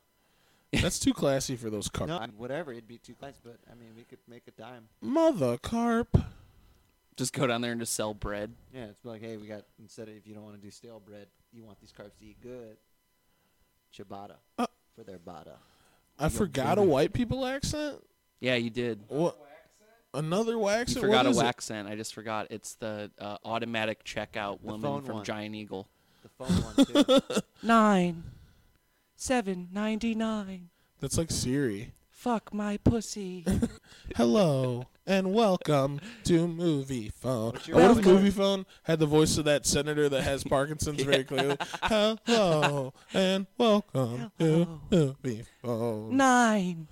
S1: That's too classy for those carp.
S2: No, I- whatever. It'd be too close, but I mean, we could make a dime.
S1: Mother carp.
S5: Just go down there and just sell bread.
S2: Yeah, it's like, hey, we got instead of if you don't want to do stale bread, you want these carbs to eat good. Ciabatta
S1: Uh.
S2: for their bada.
S1: I forgot a white people accent.
S5: Yeah, you did.
S1: What? Another wax.
S5: You forgot a waxen. I just forgot. It's the uh, automatic checkout woman
S2: phone
S5: from
S2: one.
S5: Giant Eagle.
S1: [laughs]
S2: The phone one too.
S5: Nine, seven ninety nine.
S1: That's like Siri.
S5: Fuck my pussy.
S1: [laughs] Hello and welcome to Movie Phone.
S2: What's your-
S1: Oh, what if
S2: what's your-
S1: Movie Phone had the voice of that senator that has Parkinson's very clearly? Hello and welcome
S5: Hello.
S1: to Movie
S5: Hmm.
S1: Phone.
S5: Nine.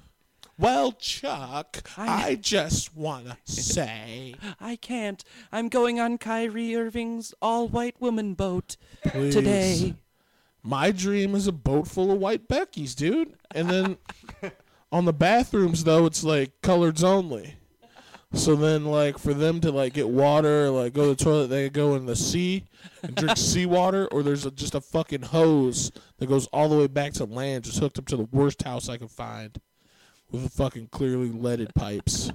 S1: Well, Chuck, I,
S5: I-
S1: just want to say,
S5: I can't. I'm going on Kyrie Irving's all white woman boat
S1: please,
S5: [laughs] [laughs] today.
S1: my dream is a boat full of white Beckies, dude. And then on the bathrooms, though, it's like coloreds only. So then, like, for them to like get water, like go to the toilet, they go in the sea and drink seawater, or there's a, just a fucking hose that goes all the way back to land, just hooked up to the worst house I could find, with fucking clearly leaded pipes,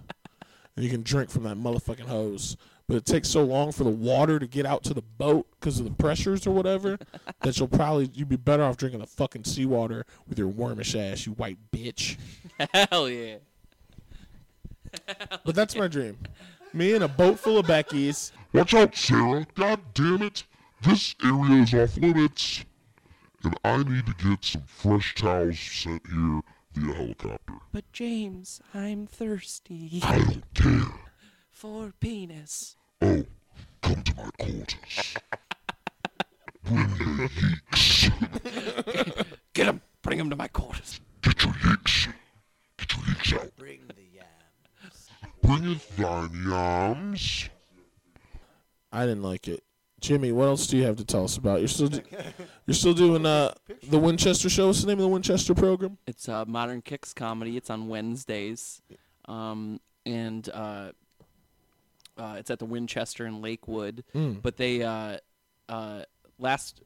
S1: and you can drink from that motherfucking hose. But it takes so long for the water to get out to the boat because of the pressures or whatever that you'll probably you'd be better off drinking the fucking seawater with your wormish ass, you white bitch.
S5: Hell yeah.
S1: But that's my dream. Me and a boat full of Beckies.
S7: Watch out, Sarah! God damn it! This area is off limits! And I need to get some fresh towels sent here via helicopter.
S5: But James, I'm [laughs] thirsty
S7: I don't care!
S5: for penis.
S7: Oh, come to my quarters. Bring your yeeks!
S5: Get him. Bring him to my quarters.
S7: Get your yeeks! Get your yeeks out!
S2: Bring the yam.
S7: Bring it thine yams!
S1: I didn't like it. Jimmy, what else do you have to tell us about? You're still, do- you're still doing uh the Winchester show. What's the name of the Winchester program?
S5: It's a modern kicks comedy. It's on Wednesdays, um, and uh, uh, it's at the Winchester in Lakewood.
S1: Hmm.
S5: But they uh, uh, last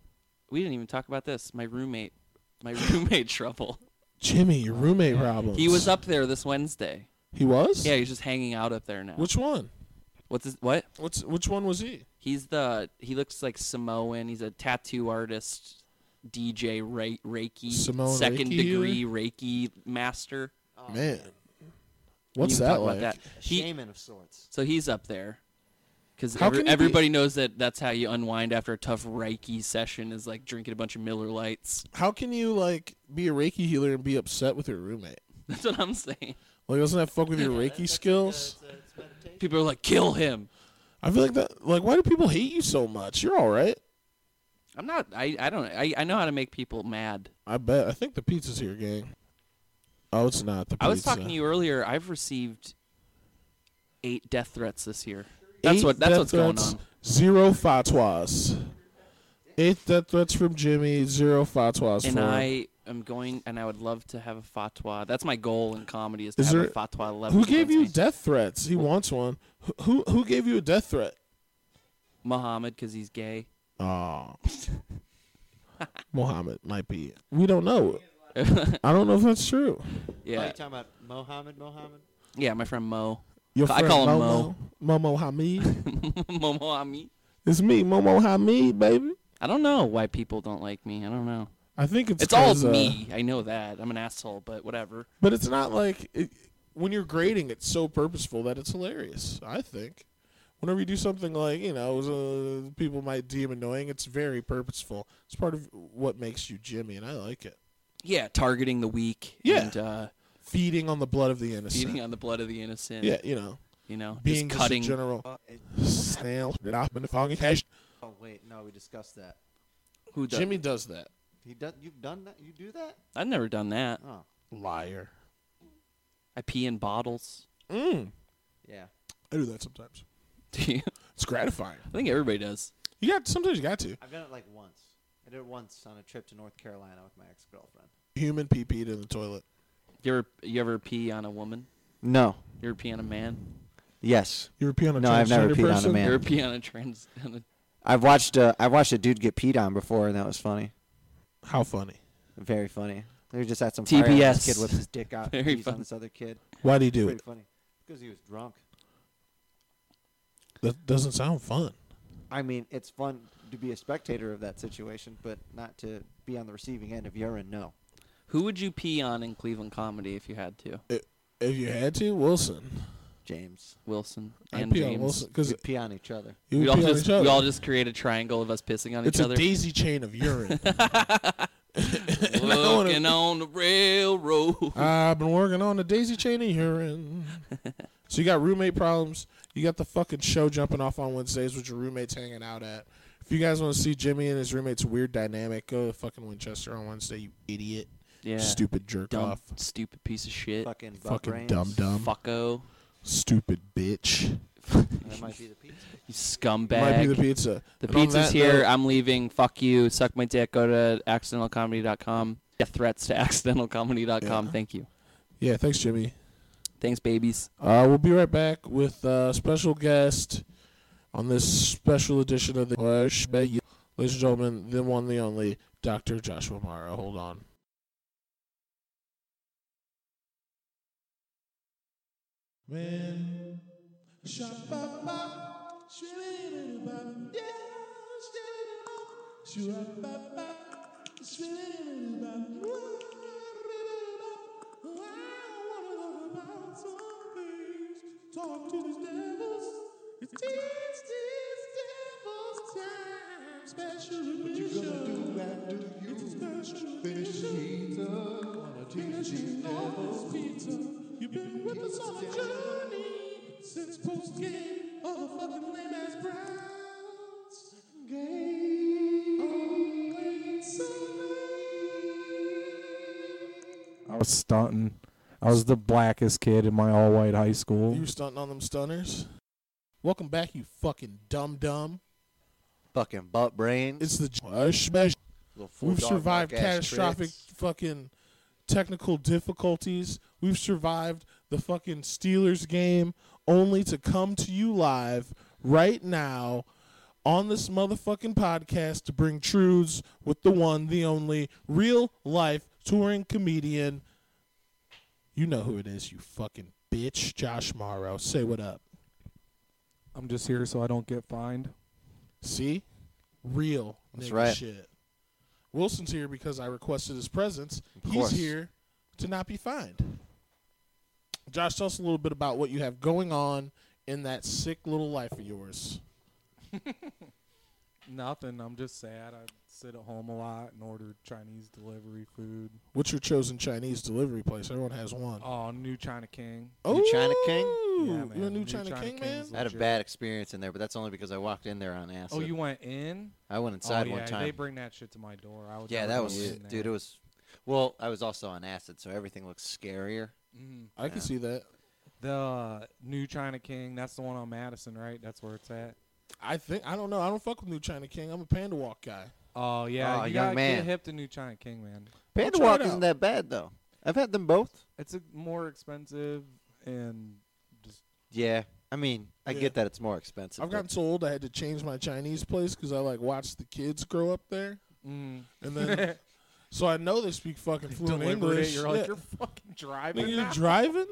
S5: we didn't even talk about this. My roommate, my [laughs] roommate trouble.
S1: Jimmy, your roommate problems.
S5: He was up there this Wednesday.
S1: He was.
S5: Yeah, he's just hanging out up there now.
S1: Which one?
S5: What's his, what?
S1: What's which one was he?
S5: He's the he looks like Samoan. He's a tattoo artist, DJ Re- Reiki,
S1: Samoan
S5: second
S1: Reiki
S5: degree Reiki master.
S1: Man, what's
S5: We can
S1: that
S5: talk about
S1: like?
S5: that.
S2: A
S5: He-
S2: shaman of sorts.
S5: So he's up there. Because
S1: How can you be-
S5: everybody knows that that's how you unwind after a tough Reiki session is like drinking a bunch of Miller Lights. [laughs]
S1: How can you like be a Reiki healer and be upset with your roommate?
S5: That's what I'm saying.
S1: Like doesn't that fuck with your Reiki skills?
S5: People are like, kill him.
S1: I feel like that. Like why do people hate you so much? You're all right.
S5: I'm not. I. I don't. I. I know how to make people mad.
S1: I bet. I think the pizza's here, gang. Oh, it's not the pizza.
S5: I was talking to you earlier. I've received eight death threats this year. That's
S1: Eight
S5: what. That's
S1: death
S5: what's
S1: threats,
S5: going on.
S1: Zero fatwas. Eight death threats from Jimmy. Zero fatwas.
S5: And
S1: for him.
S5: I am going. And I would love to have a fatwa. That's my goal in comedy is to
S1: Is
S5: have
S1: there-
S5: a fatwa level.
S1: Who gave you death threats? He wants one. Who- Who who gave you a death threat?
S5: Muhammad because he's gay.
S1: Oh. [laughs] Mohammed might be. it. We don't
S5: [laughs]
S1: know. I don't know if that's true.
S2: Yeah. Are
S5: Yeah.
S2: Oh, you talking about Mohammed? Mohammed?
S5: Yeah. My friend Mo.
S1: Your
S5: I
S1: friend
S5: call him
S1: Momo. Momo Hamid.
S5: [laughs] Momo Ami.
S1: it's me, Momo Hamid, baby.
S5: I don't know why people don't like me. I don't know.
S1: I think it's
S5: It's, all
S1: 'cause, uh,
S5: me. I know that. I'm an asshole, but whatever.
S1: But it's not like it, when you're grading, it's so purposeful that it's hilarious. I think whenever you do something like you know uh, people might deem annoying, it's very purposeful. It's part of what makes you Jimmy, and I like it.
S5: Yeah, targeting the weak
S1: Yeah.
S5: and uh,
S1: Feeding on the blood of the innocent.
S5: feeding on the blood of the innocent.
S1: yeah, you know,
S5: you know,
S1: being
S5: just
S1: just
S5: cutting.
S1: a general
S2: Oh, it-
S1: snail that up in the fucking hash.
S2: oh, wait, no, we discussed that.
S5: who does?
S1: Jimmy does that.
S2: He does. You've done that. You do that?
S5: I've never done that.
S2: Oh,
S1: Liar.
S5: I pee in bottles. [laughs]
S1: Mm.
S2: yeah.
S1: I do that sometimes.
S5: Do you?
S1: It's gratifying.
S5: I think everybody does.
S1: You got sometimes you got to.
S2: I've done it like once. I did it once on a trip to North Carolina with my ex girlfriend.
S1: Human pee peed in the toilet.
S5: You ever you ever pee on a woman?
S2: No.
S5: You ever pee on a man?
S2: Yes.
S1: You ever pee on a
S2: No, I've never
S1: transgender
S2: peed on a
S1: person?
S2: man.
S5: You ever pee on a trans? [laughs] On a,
S2: I've watched. Uh, I've watched a dude get peed on before, and that was funny.
S1: How funny.
S2: Very funny. They were just at some
S5: fire, and
S2: This
S5: this TBS.
S2: kid whips his dick [laughs] out.
S5: Very
S2: and pees
S5: funny.
S2: on this other kid.
S1: Why'd he do
S2: Pretty
S1: it?
S2: funny. Because he was drunk.
S1: That doesn't sound fun.
S2: I mean, it's fun to be a spectator of that situation, but not to be on the receiving end of urine. No.
S5: who would you pee on in Cleveland comedy if you had to?
S1: If you had to, Wilson.
S2: James.
S5: Wilson
S1: I'd
S5: and
S1: pee
S5: James.
S1: on Wilson
S2: Because
S1: because
S2: we pee on each other.
S1: you
S5: We
S1: would
S5: all
S1: pee on
S5: just
S1: each other. [laughs]
S5: we all just create a triangle of us pissing on
S1: it's
S5: each
S1: a [laughs]
S5: other.
S1: daisy chain of urine. wanna-
S5: Working on the
S1: [laughs]
S5: railroad.
S1: I've been working on the daisy chain of urine. so you got roommate problems. You got the fucking show jumping off on Wednesdays with your roommates hanging out at. If you guys want to see Jimmy and his roommate's weird dynamic, go to fucking Winchester on Wednesday, you idiot.
S5: Yeah.
S1: Stupid jerk
S5: [laughs] Dumb,
S1: off. Um,
S5: stupid piece of shit.
S2: Fucking butt
S1: Fucking
S2: brains.
S1: dumb dumb.
S5: Fucko.
S1: Stupid bitch.
S2: That might be the pizza.
S5: You scumbag.
S1: Might be the pizza.
S5: The
S1: And on
S5: pizza's
S1: that
S5: here.
S1: note-
S5: I'm leaving. Fuck you. Suck my dick. Go to accidentalcomedy.com. Death threats to [laughs] accidentalcomedy.com.
S1: Yeah.
S5: Thank you.
S1: yeah, thanks, Jimmy.
S5: Thanks, babies.
S1: Uh, we'll be right back with uh, special guest on this special edition of the Clash Bet You. Ladies and gentlemen, the one, the only, Dr. Joshua Mara. Hold on.
S8: Talk to these devils. It's these, these devils time. Special edition. What you gonna do after you finish pizza? Gonna teach these devils pizza. You've been with us on a journey since post game of the fucking lame ass Browns game. Only
S9: I was stunting. I was the blackest kid in my all white high
S1: You
S9: school.
S1: were stunting on them stunners? Welcome back, you fucking dumb dumb.
S2: Fucking butt brains.
S1: It's the uh, Clash Bet.
S2: Little full
S1: We've
S2: dog
S1: survived
S2: knock-ass
S1: catastrophic
S2: tricks.
S1: fucking technical difficulties. We've survived the fucking Steelers game only to come to you live right now on this motherfucking podcast to bring truths with the one, the only real life touring comedian. You know who it is, you fucking bitch, Josh Morrow. Say what up.
S9: I'm just here so I don't get fined.
S1: See? Real
S2: That's
S1: nigga
S2: right.
S1: shit. Wilson's here because I requested his presence.
S2: Of
S1: He's
S2: course.
S1: here to not be fined. Josh, tell us a little bit about what you have going on in that sick little life of yours.
S9: Nothing. I'm just sad. I sit at home a lot and order Chinese delivery food.
S1: What's your chosen Chinese delivery place? Everyone has one.
S9: Oh, New China King.
S2: New China King?
S1: Ooh,
S9: Yeah,
S1: you a
S9: man.
S1: new,
S9: New
S1: China,
S9: China
S1: King, man?
S9: King's
S2: I had a
S9: legit.
S2: bad experience in there, but that's only because I walked in there on acid.
S9: Oh, you went in?
S2: I went inside
S9: oh, yeah,
S2: one time.
S9: They bring that shit to my door. I would
S2: yeah,
S9: never
S2: that
S9: go
S2: was
S9: in there.
S2: dude. It was. Well, I was also on acid, so everything looks scarier.
S9: Mhm.
S1: I can
S2: Yeah.
S1: see that.
S9: the uh, New China King. That's the one on Madison, right? That's where it's at.
S1: I think I don't know. I don't fuck with New China King. I'm a Panda Walk guy.
S9: Oh yeah,
S2: Oh,
S9: you
S2: young
S9: gotta
S2: man.
S9: get hip to New China King, man.
S2: Panda
S1: try it
S2: Walk
S1: out.
S2: isn't that bad though. I've had them both.
S9: It's a more expensive and just
S2: Yeah, I mean, I
S1: Yeah.
S2: get that it's more expensive.
S1: I've
S2: but-
S1: gotten so old I had to change my Chinese place because I like watched the kids grow up there,
S9: mm.
S1: and then
S9: [laughs]
S1: So I know they speak fucking fluent
S9: deliberate.
S1: English.
S9: You're like
S1: Yeah.
S9: you're fucking driving.
S1: Nigga, you're
S9: now."
S1: driving,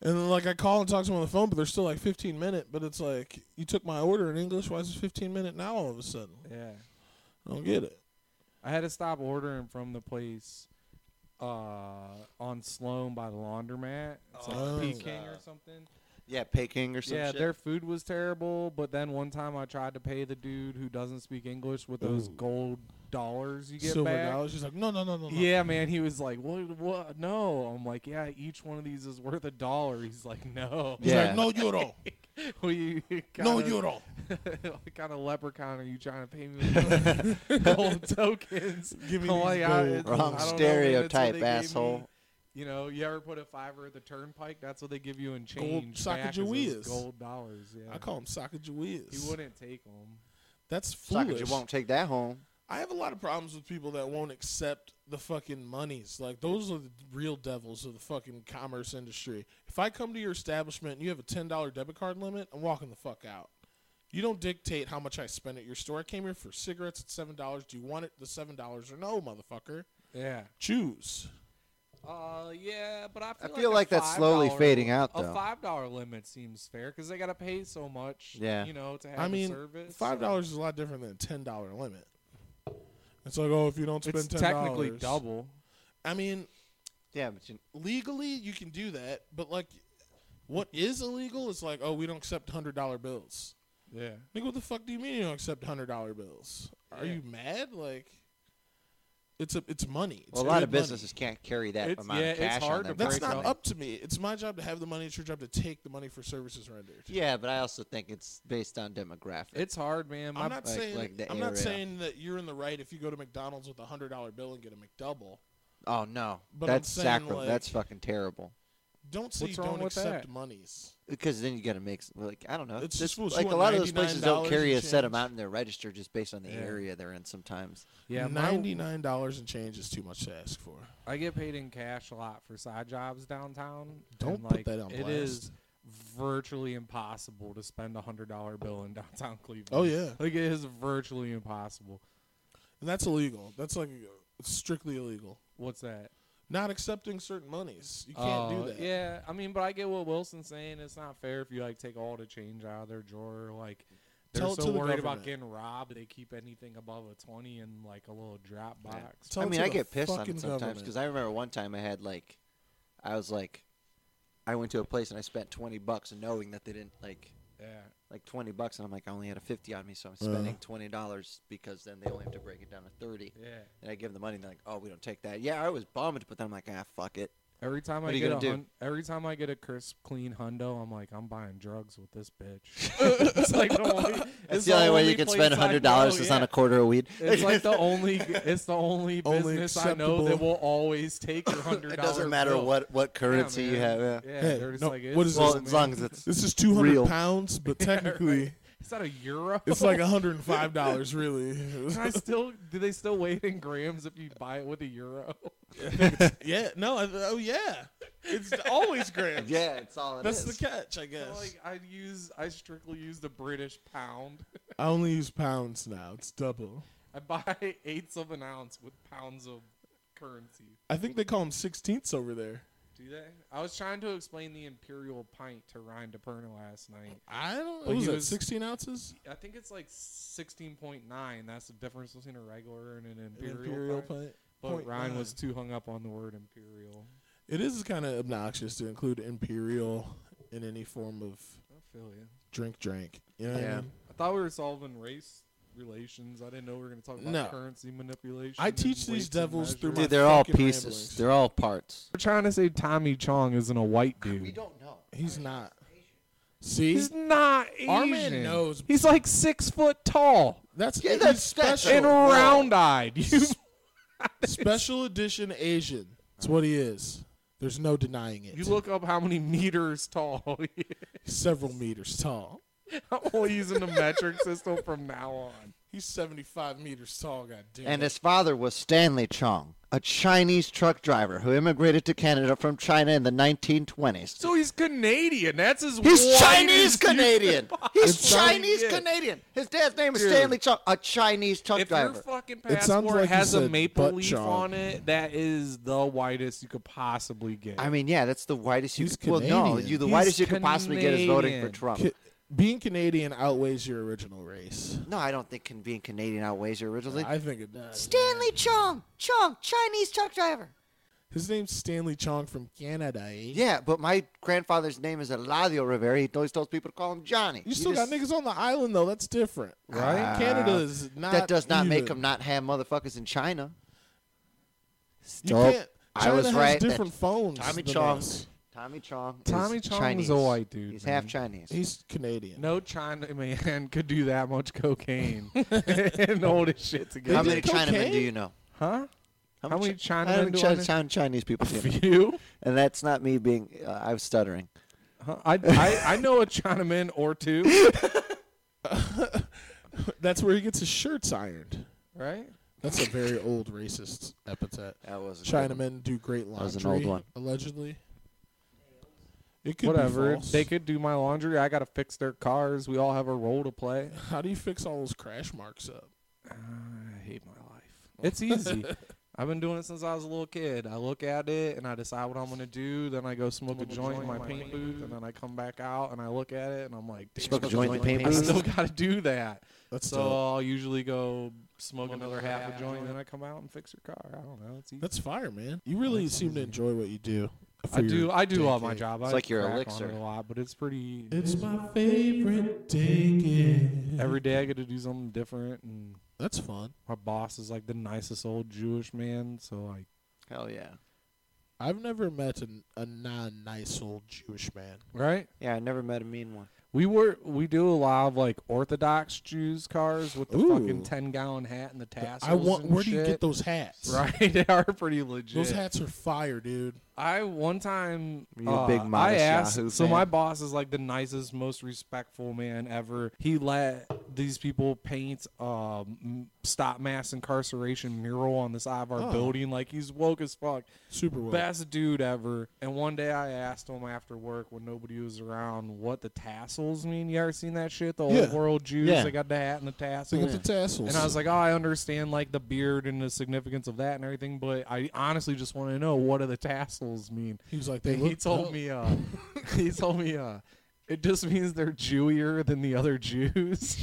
S1: and then like I call and talk to them on the phone, but they're still like 15 minute. But it's like you took my order in English. Why is it 15 minute now all of a sudden?
S9: yeah,
S1: I don't get it.
S9: I had to stop ordering from the place uh, on Sloan by the laundromat. It's
S1: Oh.
S9: like Peking or something.
S2: yeah Peking or some
S9: yeah,
S2: shit.
S9: their food was terrible. But then one time I tried to pay the dude who doesn't speak English with those
S1: Ooh.
S9: gold dollars you get
S1: Silver
S9: back.
S1: dollars. She's like, no, no, no, no, no.
S9: Yeah, man. He was like, "What? What? No." I'm like, "Yeah, each one of these is worth a dollar." He's like, "No."
S1: He's
S2: Yeah.
S1: like, no euro,
S9: [laughs] We
S1: no
S9: kinda-
S1: euro.
S9: [laughs] what kind of leprechaun are you trying to pay me with
S1: [laughs]
S9: those gold tokens?
S1: Give me
S9: I'm
S1: these
S9: like, I-
S1: gold.
S9: it's- I don't
S2: Wrong
S9: know, man,
S2: stereotype,
S9: that's what they gave me.
S2: asshole.
S9: You know, you ever put a fiver at the turnpike? That's what they give you in change. back is
S1: Sacagaweas.
S9: those Gold dollars. Yeah.
S1: I call him Sacagaweas.
S9: he wouldn't take them.
S1: That's
S2: Sucker,
S1: foolish.
S2: you won't take that home.
S1: I have a lot of problems with people that won't accept the fucking monies. Like those are the real devils of the fucking commerce industry. If I come to your establishment and you have a ten dollar debit card limit, I'm walking the fuck out. You don't dictate how much I spend at your store. I came here for cigarettes at seven dollars. Do you want it the seven dollars or no, motherfucker?
S9: Yeah.
S1: Choose.
S9: Uh, yeah, but I feel,
S2: feel
S9: a
S2: like that's slowly
S9: $5
S2: fading out,
S9: A
S2: though.
S9: five dollar limit seems fair because they gotta pay so much.
S2: Yeah.
S9: You know, to have
S1: I
S9: the
S1: mean,
S9: service.
S1: five dollars is a lot different than a ten dollar limit. It's like, oh, if you don't spend
S9: It's
S1: ten
S9: technically double.
S1: I mean,
S2: Yeah, but you,
S1: legally you can do that, but like, what is illegal is like, oh, we don't accept hundred dollar bills.
S9: Yeah.
S1: Like, what the fuck do you mean you don't accept hundred dollar bills? Are
S9: Yeah.
S1: you mad? Like, It's a it's money. It's
S2: Well, a lot
S1: good
S2: of
S1: money.
S2: businesses can't carry that
S9: It's-
S2: amount
S9: yeah,
S2: of
S9: it's
S2: cash
S9: hard
S2: on
S9: to
S2: their
S1: That's
S9: break
S2: books.
S1: not
S9: down.
S1: up to me. It's my job to have the money. It's your job to take the money for services rendered.
S2: Yeah, but I also think it's based on demographic.
S9: It's hard, man. My,
S1: I'm not
S2: like-
S1: saying
S2: like the
S1: I'm not
S2: area.
S1: saying that you're in the right if you go to McDonald's with a hundred dollar bill and get a McDouble.
S2: oh no,
S1: But I'm
S2: that's
S1: saying,
S2: sacrilege.
S1: like-
S2: that's fucking terrible.
S1: Don't say
S9: What's
S1: you
S9: wrong
S1: don't
S9: with
S1: accept
S9: that?
S1: monies.
S2: Because then you got to make s- like I don't know.
S1: It's
S2: just
S1: just what,
S2: like
S1: what,
S2: a lot of those places don't
S1: $99
S2: carry a
S1: and
S2: set
S1: change?
S2: amount in their register just based on the
S9: Yeah.
S2: area they're in. Sometimes
S9: yeah, my-
S1: ninety nine dollars and change is too much to ask for.
S9: I get paid in cash a lot for side jobs downtown.
S1: Don't
S9: and,
S1: put
S9: like,
S1: that on
S9: It
S1: blast.
S9: is virtually impossible to spend a hundred dollar bill in downtown [laughs] Cleveland.
S1: Oh, yeah.
S9: like it is virtually impossible.
S1: And that's illegal. That's like uh, strictly illegal.
S9: What's that?
S1: Not accepting certain monies. You can't
S9: Oh,
S1: do that.
S9: Yeah, I mean, but I get what Wilson's saying. It's not fair if you like take all the change out of their drawer. Like they're
S1: Tell it
S9: so
S1: to the
S9: worried
S1: government.
S9: about getting robbed, they keep anything above a twenty in like a little drop box.
S1: Tell
S2: I
S1: it
S2: mean
S1: to
S2: I
S1: the
S2: get pissed on
S1: fucking
S2: it sometimes
S1: government.
S2: because I remember one time I had like, I was like, I went to a place and I spent twenty bucks knowing that they didn't like
S9: Yeah,
S2: like twenty bucks and I'm like I only had a fifty on me so I'm spending twenty dollars because then they only have to break it down to thirty.
S9: yeah.
S2: And I give them the money and they're like, oh we don't take that. Yeah, I was bummed, but then I'm like ah fuck it.
S9: Every time
S2: What
S9: I
S2: are you
S9: get a
S2: gonna do?
S9: hun- every time I get a crisp clean hundo, I'm like, I'm buying drugs with this
S1: [laughs]
S9: bitch. [laughs] it's like the only,
S2: That's
S9: it's
S2: the only way you
S9: only
S2: can
S9: place
S2: spend
S9: I
S2: hundred dollars
S9: go,
S2: is
S9: yeah.
S2: on a quarter of weed.
S9: [laughs] It's like the only it's the only
S1: Only
S9: business I know that
S1: acceptable.
S9: will always take your hundred.
S2: it doesn't matter
S9: bill.
S2: what what
S9: Yeah,
S2: currency you
S9: man.
S2: have. Yeah.
S9: Yeah,
S1: Hey,
S9: they're just
S1: no,
S9: like,
S1: what
S9: it's
S1: is
S2: [laughs] Well,
S9: cool,
S2: as long
S9: man.
S2: as it's
S1: This is two hundred
S2: Real.
S1: pounds, but
S9: Yeah, right.
S1: technically
S9: Is that a euro?
S1: it's like hundred and
S2: [laughs]
S1: five dollars really.
S9: [laughs] Can I still do they still weigh it in grams if you buy it with a euro? [laughs]
S1: yeah, no, I- oh yeah. It's always grams.
S2: [laughs] yeah, it's all it
S1: That's
S2: is.
S1: the catch, I guess.
S9: like I use I strictly use the British pound. [laughs]
S1: I only use pounds now. It's double.
S9: I buy eighths of an ounce with pounds of currency.
S1: I think they call them sixteenths over there.
S9: Do they? I was trying to explain the imperial pint to Ryan DePerno last night.
S1: I don't.
S9: But
S1: was
S9: he
S1: it
S9: was-
S1: sixteen ounces?
S9: I think it's like sixteen point nine. That's the difference between a regular and an
S1: An
S9: imperial.
S1: Imperial
S9: pint.
S1: pint.
S9: But
S1: point
S9: Ryan
S1: nine.
S9: was too hung up on the word imperial.
S1: It is kind of obnoxious to include imperial in any form of
S9: I feel you.
S1: drink. Drink. You know what I
S2: Yeah.
S1: mean?
S9: I thought we were solving race relations. I didn't know we were going to talk about
S1: No.
S9: currency manipulation.
S1: I
S9: and
S1: teach these
S9: weights and
S1: devils through
S9: measures.
S1: my
S2: [laughs] Dude, they're all
S1: fucking
S2: pieces.
S1: ramblings.
S2: They're all parts.
S9: We're trying to say Tommy Chong isn't a white dude.
S2: don't know.
S1: He's not. See,
S9: He's not Asian.
S1: Our man knows.
S9: He's like six foot tall
S1: that's
S2: Yeah,
S1: he's
S2: that's- that's-
S1: special.
S9: and
S2: wow.
S9: round eyed. You
S1: special edition Asian. That's what he is. There's no denying it.
S9: you look up how many meters tall. [laughs] he is.
S1: several meters tall.
S9: I'm only using the metric system from now on.
S1: He's 75 meters tall. Goddamn.
S2: And
S1: it.
S2: his father was Stanley Chong, a Chinese truck driver who immigrated to Canada from China in the 1920s.
S9: So he's Canadian. That's his.
S2: He's
S9: widest
S2: Chinese
S9: you
S2: Canadian.
S9: can find.
S2: He's
S1: It's not-
S2: Chinese Canadian. His dad's name is
S9: Dude.
S2: Stanley Chong, a Chinese truck
S9: If
S2: driver.
S9: your fucking
S1: It sounds
S9: passport
S1: like you
S9: has a
S1: said
S9: maple
S1: butt
S9: leaf
S1: chong.
S9: on it, that is the whitest you could possibly get.
S2: I mean, yeah, that's the widest you.
S1: He's
S2: could- well, no,
S1: Canadian.
S2: you the
S9: He's
S2: widest you could possibly get is voting for
S9: Canadian.
S2: Trump.
S1: Ca- being Canadian outweighs your original race.
S2: No, I don't think can being Canadian outweighs your originally.
S1: I think it does.
S2: Stanley Chong, Chong, Chinese truck driver.
S1: His name's Stanley Chong from Canada. Eh?
S2: Yeah, but my grandfather's name is Eladio Rivera. He always tells people to call him Johnny.
S1: You still
S2: just-
S1: got niggas on the island though. That's different, right?
S2: Uh,
S1: Canada is not.
S2: That does not make
S1: even.
S2: him not have motherfuckers in China.
S1: You
S2: Nope.
S1: can't.
S2: I
S1: China
S2: was
S1: has
S2: right. That-
S1: Different phones.
S2: Tommy
S1: than
S2: Chong.
S1: us.
S2: Tommy Chong.
S9: Tommy
S2: is
S9: Chong
S2: Chinese.
S9: is a white dude.
S2: He's half
S9: man.
S2: Chinese.
S1: He's Canadian.
S9: No China man [laughs] could do that
S2: [laughs]
S9: much cocaine and all this shit
S2: How
S9: together.
S2: many
S1: did
S2: Chinamen
S1: cocaine?
S2: do you know?
S9: Huh? How many
S2: Chi-
S9: Chinamen
S2: how many
S9: do
S2: Chi-
S9: I know?
S2: Chi- Chinese people do you
S9: [laughs]
S2: know?
S9: Few.
S2: And that's not me being. Uh, I was stuttering.
S9: Huh? I, I, I know a Chinaman
S2: [laughs]
S9: or two,
S1: That's where he gets his shirts ironed.
S9: right?
S1: That's a
S2: [laughs]
S1: very old racist epithet.
S2: That was a good one.
S1: Chinamen do great laundry.
S2: was an old one.
S1: Allegedly. It could Be
S9: Whatever.
S1: false.
S9: They could do my laundry. I got to fix their cars. We all have a role to play.
S1: How do you fix all those crash marks up?
S9: I hate my life. It's [laughs] easy. I've been doing it since I was a little kid. I look at it and I decide what I'm gonna do. Then I go smoke a joint in my paint booth, and then I come back out and I look at it and I'm like, "Damn,
S2: Smoke a joint in the paint
S9: I
S2: booth?
S9: still gotta do that.
S1: That's
S9: so
S1: dope.
S9: I'll usually go smoke another half a joint, and then I come out and fix your car. I don't know. It's easy.
S1: That's fire, man. You really seem to enjoy what you do. for
S9: I
S1: your
S9: do. I do love my
S1: decade.
S9: job.
S2: It's
S9: I
S2: like your
S9: crack on
S2: elixir.
S9: it a lot, but it's pretty.
S1: It's my favorite decade.
S9: Every day I get to do something different, and
S1: That's fun.
S9: My boss is like the nicest old Jewish man, so like
S2: Hell yeah.
S1: I've never met an, a non nice old Jewish man.
S9: right.
S2: Yeah, I never met a mean one.
S9: We were we do a lot of like Orthodox Jews cars with the
S1: Ooh.
S9: fucking ten gallon hat and the tassels.
S1: I want.
S9: and
S1: Where do you
S9: shit.
S1: get those hats?
S9: [laughs] Right, they are pretty legit.
S1: Those hats are fire, dude.
S9: I one time
S2: Were you a big
S9: uh, I
S2: modest
S9: asked
S1: [laughs]
S2: Yahoo
S9: so
S2: fan?
S9: my boss is like the nicest, most respectful man ever. He let these people paint um m- stop mass incarceration mural on the side of our
S1: Oh.
S9: building. Like he's woke as fuck.
S1: Super well.
S9: Best dude ever. And one day I asked him after work when nobody was around what the tassels mean. You ever seen that shit? The
S1: Yeah.
S9: old world Jews,
S1: Yeah.
S9: they got the hat and the
S1: Look
S9: tassels.
S1: at the tassels.
S9: And I was like, oh, I understand like the beard and the significance of that and everything, but I honestly just want to know what do the tassels mean.
S1: he was like, they
S9: And he
S1: looked
S9: told
S1: up.
S9: me, uh, [laughs] he told me, uh, it just means they're Jewier than the other Jews.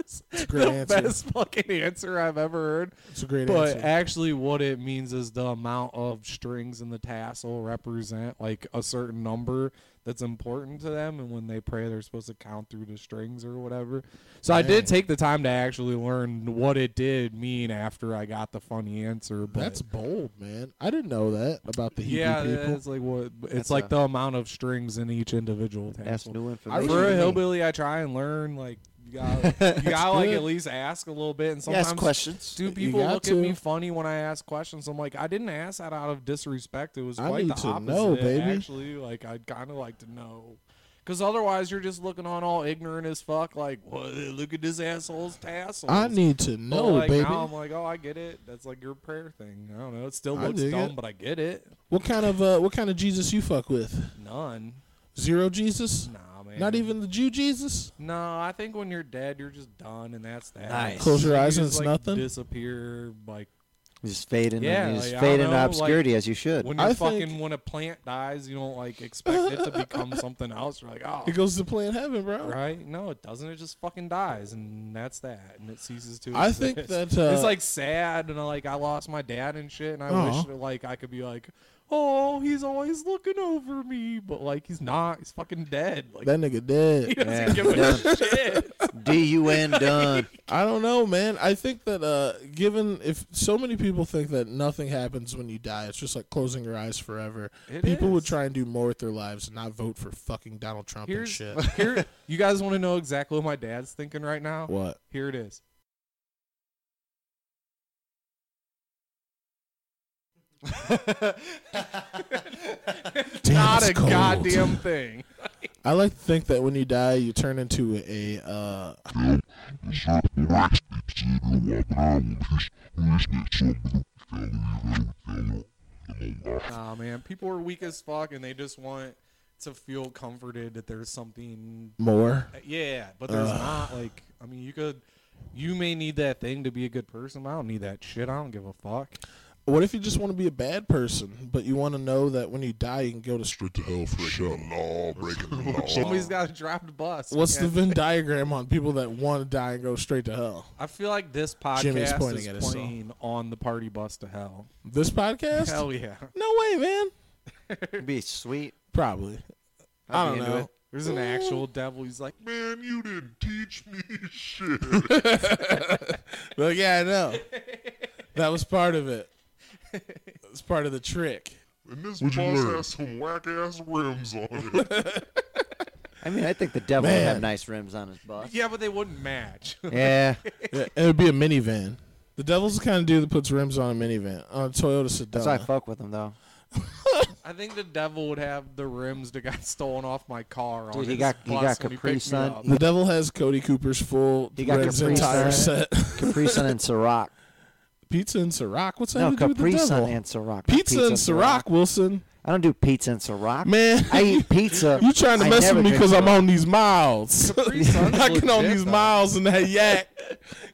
S9: It's [laughs]
S1: a great
S9: the
S1: answer.
S9: best fucking answer I've ever heard.
S1: It's a great
S9: But
S1: answer.
S9: actually, what it means is the amount of strings in the tassel represent like a certain number that's important to them, and when they pray, they're supposed to count through the strings or whatever. So I
S1: Dang.
S9: did take the time to actually learn what it did mean after I got the funny answer. But
S1: That's bold, man. I didn't know that about the Hebrew
S9: yeah,
S1: people.
S9: it's like what it's
S2: That's
S9: like
S2: a-
S9: the amount of strings in each individual
S2: That's
S9: tassel.
S2: new
S1: I
S2: information.
S9: For
S1: really-
S9: a
S2: to me.
S9: hillbilly, I try and learn like
S1: [laughs]
S9: you got you got like
S1: good.
S9: at least ask a little bit, and
S8: Yes,
S9: sometimes
S8: questions.
S9: do
S1: You
S9: people
S1: got
S9: look at me
S1: to.
S9: funny when I ask questions? I'm like, I didn't ask that out of disrespect. It was
S1: I
S9: quite
S1: need
S9: the
S1: to
S9: opposite.
S1: know, baby.
S9: Actually, like I'd kind of like to know, because otherwise you're just looking on all ignorant as fuck. Like, what? Look at this asshole's tassels.
S1: I need to
S9: But,
S1: know,
S9: like,
S1: baby.
S9: Now I'm like, oh, I get it. That's like your prayer thing. I don't know. It still
S1: I
S9: looks
S1: dig
S9: dumb,
S1: it.
S9: but I get it.
S1: What kind of uh, what kind of Jesus you fuck with?
S9: None.
S1: Zero Jesus?
S9: Nah, man.
S1: Not even the Jew Jesus?
S9: No, I think when you're dead, you're just done, and that's that.
S2: Nice.
S1: Close your
S9: You
S1: eyes and
S9: just,
S1: it's
S9: like,
S1: nothing?
S9: Disappear like
S2: You just fade in,
S9: Yeah,
S2: you just
S9: like, I
S2: fade
S9: don't
S2: into
S9: know,
S2: obscurity as you should.
S9: when
S1: I
S9: you're fucking
S1: think-
S9: when a plant dies, you don't like expect it to
S1: [laughs]
S9: become something else. You're like, oh,
S1: It goes to plan heaven, bro.
S9: right? No, it doesn't. It just fucking dies, and that's that, and it ceases to.
S1: I think
S9: exist.
S1: that, uh,
S9: [laughs] it's like sad, and uh, like I lost my dad and shit, and I wish
S1: Aw.
S9: that, like I could be like, oh, he's always looking over me, but like he's not. He's fucking dead. Like
S1: That nigga
S9: [laughs] he
S1: dead.
S9: doesn't give a shit.
S2: D U N done.
S1: I don't know, man. I think that uh, given if so many people think that nothing happens when you die, it's just like closing your eyes forever.
S9: It
S1: people would
S9: is.
S1: try and do more with their lives and not vote for fucking Donald Trump
S9: Here's [laughs]
S1: and shit. [laughs]
S9: here. You guys want to know exactly what my dad's thinking right now?
S1: what?
S9: Here
S1: [laughs]
S9: it is. Not
S1: it's
S9: a
S1: cold.
S9: goddamn thing.
S1: I like to think that when you die, you turn into a uh,
S9: Nah, man. People are weak as fuck, and they just want to feel comforted that there's something.
S1: more.
S9: Yeah, but there's
S1: Ugh.
S9: not. Like, I mean, you could. You may need that thing to be a good person. But I don't need that shit. I don't give a fuck.
S1: What if you just want to be a bad person, but you want to know that when you die, you can go to straight to hell for sure.
S7: law, breaking the law.
S9: Somebody's got to drive the bus.
S1: What's
S9: Yeah.
S1: the Venn diagram on people that want to die and go straight to hell?
S9: I feel like this podcast
S1: Jimmy's pointing
S9: is
S1: at us all.
S9: playing on the party bus to hell.
S1: This podcast?
S9: Hell yeah.
S1: No way, man.
S2: It'd be sweet.
S1: Probably.
S2: I'd
S1: I
S2: be
S1: don't
S2: into
S1: know.
S2: it.
S9: There's an actual devil. He's like,
S7: Man, you didn't teach me
S1: [laughs]
S7: shit.
S1: Well, yeah, I
S2: [laughs]
S1: know. that was part of it. It's part of the trick.
S7: And this
S1: What'd you
S7: bus
S1: learn?
S7: has some whack ass rims on it.
S2: I mean, I think the devil would
S1: Man.
S2: have nice rims on his bus.
S9: yeah, but they wouldn't match. [laughs]
S2: Yeah.
S1: Yeah, It would be a minivan. The devil's the kind of dude that puts rims on a minivan on a Toyota
S2: That's why I
S1: Sedona.
S2: fuck with him, though.
S9: I think the devil would have the rims that got [laughs] stolen off my car. on
S2: Dude, he
S9: his
S2: got- he
S9: bus
S2: got
S9: when he
S2: Capri
S9: picked me
S2: Sun. [laughs]
S9: up.
S1: the devil has Cody Cooper's full
S2: He got
S1: rims
S2: Capri
S1: and tire
S2: Sun.
S1: set. [laughs]
S2: Capri Sun and Ciroc.
S1: Pizza and Ciroc. What's that
S2: No,
S1: have to do with the
S2: Capri
S1: devil?
S2: Sun and Ciroc. not
S1: pizza, and Ciroc, Wilson.
S2: I don't do pizza and Ciroc.
S1: Man,
S2: I eat pizza.
S1: [laughs] you trying to
S2: I
S1: mess
S2: never
S1: with me
S2: drink
S1: because I'm
S2: Ciroc.
S1: on these
S2: [laughs]
S1: miles.
S9: [laughs] Capri
S1: [laughs]
S9: Sun's
S1: I get on
S9: legit,
S1: these
S9: though.
S1: miles in that yak.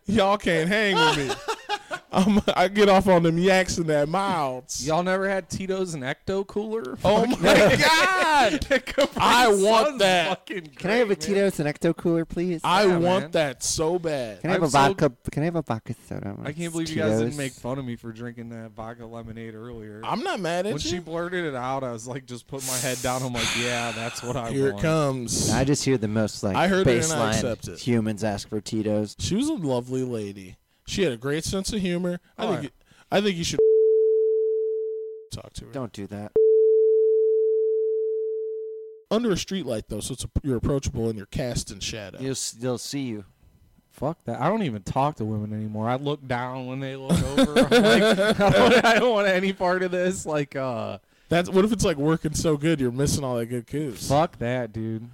S1: Y'all can't hang with me. [laughs] I'm, I get off on them yaks and that miles.
S9: Y'all never had Tito's and Ecto cooler? [laughs]
S1: Oh my god! I want that.
S2: Can I have a Tito's and Ecto Cooler, please?
S1: I
S9: Yeah,
S1: want
S9: man.
S1: that so bad.
S2: can I have
S9: I'm
S2: a
S9: so-
S2: vodka? Can I have a vodka soda?
S9: I can't believe you guys didn't make fun of me for drinking that vodka lemonade earlier.
S1: I'm not mad at
S9: when
S1: you.
S9: she blurted it out, I was like, just put my head down. I'm like, yeah, that's what I
S1: Here it
S9: want.
S1: comes.
S2: I just hear the most like
S1: I heard it and I
S2: baseline
S1: accept it.
S2: humans ask for Tito's.
S1: She was a lovely lady. She had a great sense of humor. I
S9: Oh,
S1: think.
S9: yeah.
S1: You, I think you should talk to her
S2: Don't do that.
S1: under a streetlight though, so it's a, you're approachable and you're cast in shadow.
S2: You'll s- they'll see you.
S9: Fuck that. I don't even talk to women anymore. I look down when they look over. I'm like, [laughs] I don't, I don't want any part of this. Like, uh,
S1: That's what if it's like working so good you're missing all that good coos.
S9: fuck that, dude.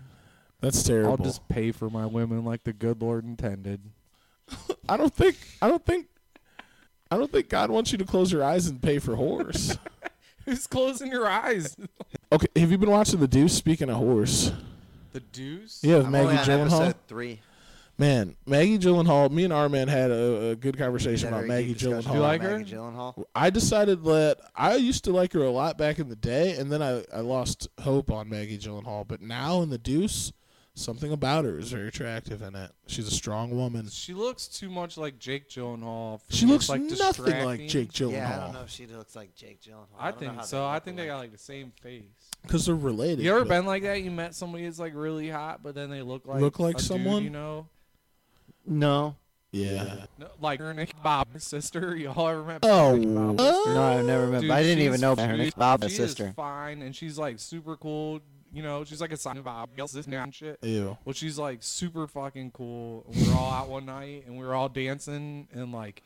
S1: That's terrible.
S9: I'll just pay for my women like the good Lord intended.
S1: I don't think. I don't think. I don't think God wants you to close your eyes and pay for whores.
S9: Who's closing your eyes?
S1: [laughs] okay, have you been watching The Deuce? Speaking of whores,
S9: [laughs] The deuce?
S1: yeah, with
S2: I'm
S1: Maggie
S2: only on
S1: Gyllenhaal.
S2: episode three.
S1: Man, Maggie Gyllenhaal. Me and our man had a, a good conversation
S2: Another
S1: about Maggie
S2: deep discussion
S1: Gyllenhaal.
S9: You like
S2: about
S9: her?
S2: Maggie Gyllenhaal.
S1: I decided that I used to like her a lot back in the day, and then I, I lost hope on Maggie Gyllenhaal. But now in The Deuce, something about her is very attractive in it. She's a strong woman.
S9: She looks too much like Jake Gyllenhaal. for
S1: She
S9: me.
S1: looks
S9: It's, like
S1: nothing like
S9: distracting.
S1: Jake
S2: Yeah, I don't know
S1: Gyllenhaal
S2: if she looks like Jake Gyllenhaal.
S9: I
S2: don't know how
S9: think
S2: they
S9: so. I
S2: look
S9: think they got
S2: alike.
S9: like the same face.
S1: because they're related.
S9: You ever
S1: but-
S9: been like that? You met somebody that's like really hot, but then they look like
S1: Look like
S9: a dude
S1: someone?
S9: you know,
S2: No,
S1: Yeah.
S9: No, like her and Bob's sister. [laughs] Y'all ever met?
S1: Oh.
S2: no, I've never met.
S9: Dude,
S2: I didn't even
S9: she's-
S2: know her.
S9: she's-
S2: Bob's
S9: she
S2: sister.
S9: is fine, and she's like super cool. You know, she's like a sign of Bob's sister and shit.
S1: Ew.
S9: Well, she's like super fucking cool. And we were all out one night, and we were all dancing, and like,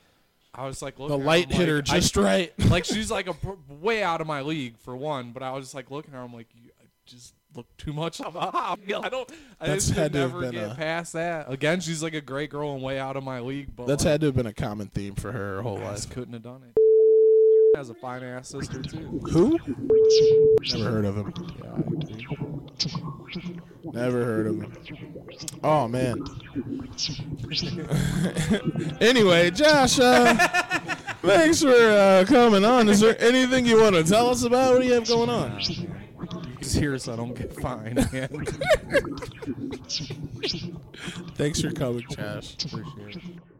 S9: I was like,
S1: The
S9: looking at her,
S1: light
S9: I'm
S1: hit her
S9: like, I-
S1: just right.
S9: [laughs] like she's like a pro- way out of my league for one, but I was just like looking at her. I'm like, you I just look too much. of a [laughs] hot girl." I don't. I
S1: That's
S9: just could
S1: had to have
S9: never
S1: been
S9: get
S1: a-
S9: past that. Again, she's like a great girl and way out of my league. But
S1: That's
S9: like,
S1: had to have been a common theme for her, her whole
S9: I
S1: life.
S9: just couldn't have done it. Has a fine ass sister too.
S1: Who? Never heard of him. Never heard of him. Oh man. [laughs] anyway, Josh, uh, thanks for uh, coming on. Is there anything you want to tell us about? What do you have going on?
S9: He's here, so I don't get fined. man.
S1: Thanks for coming, Josh.
S9: Appreciate it.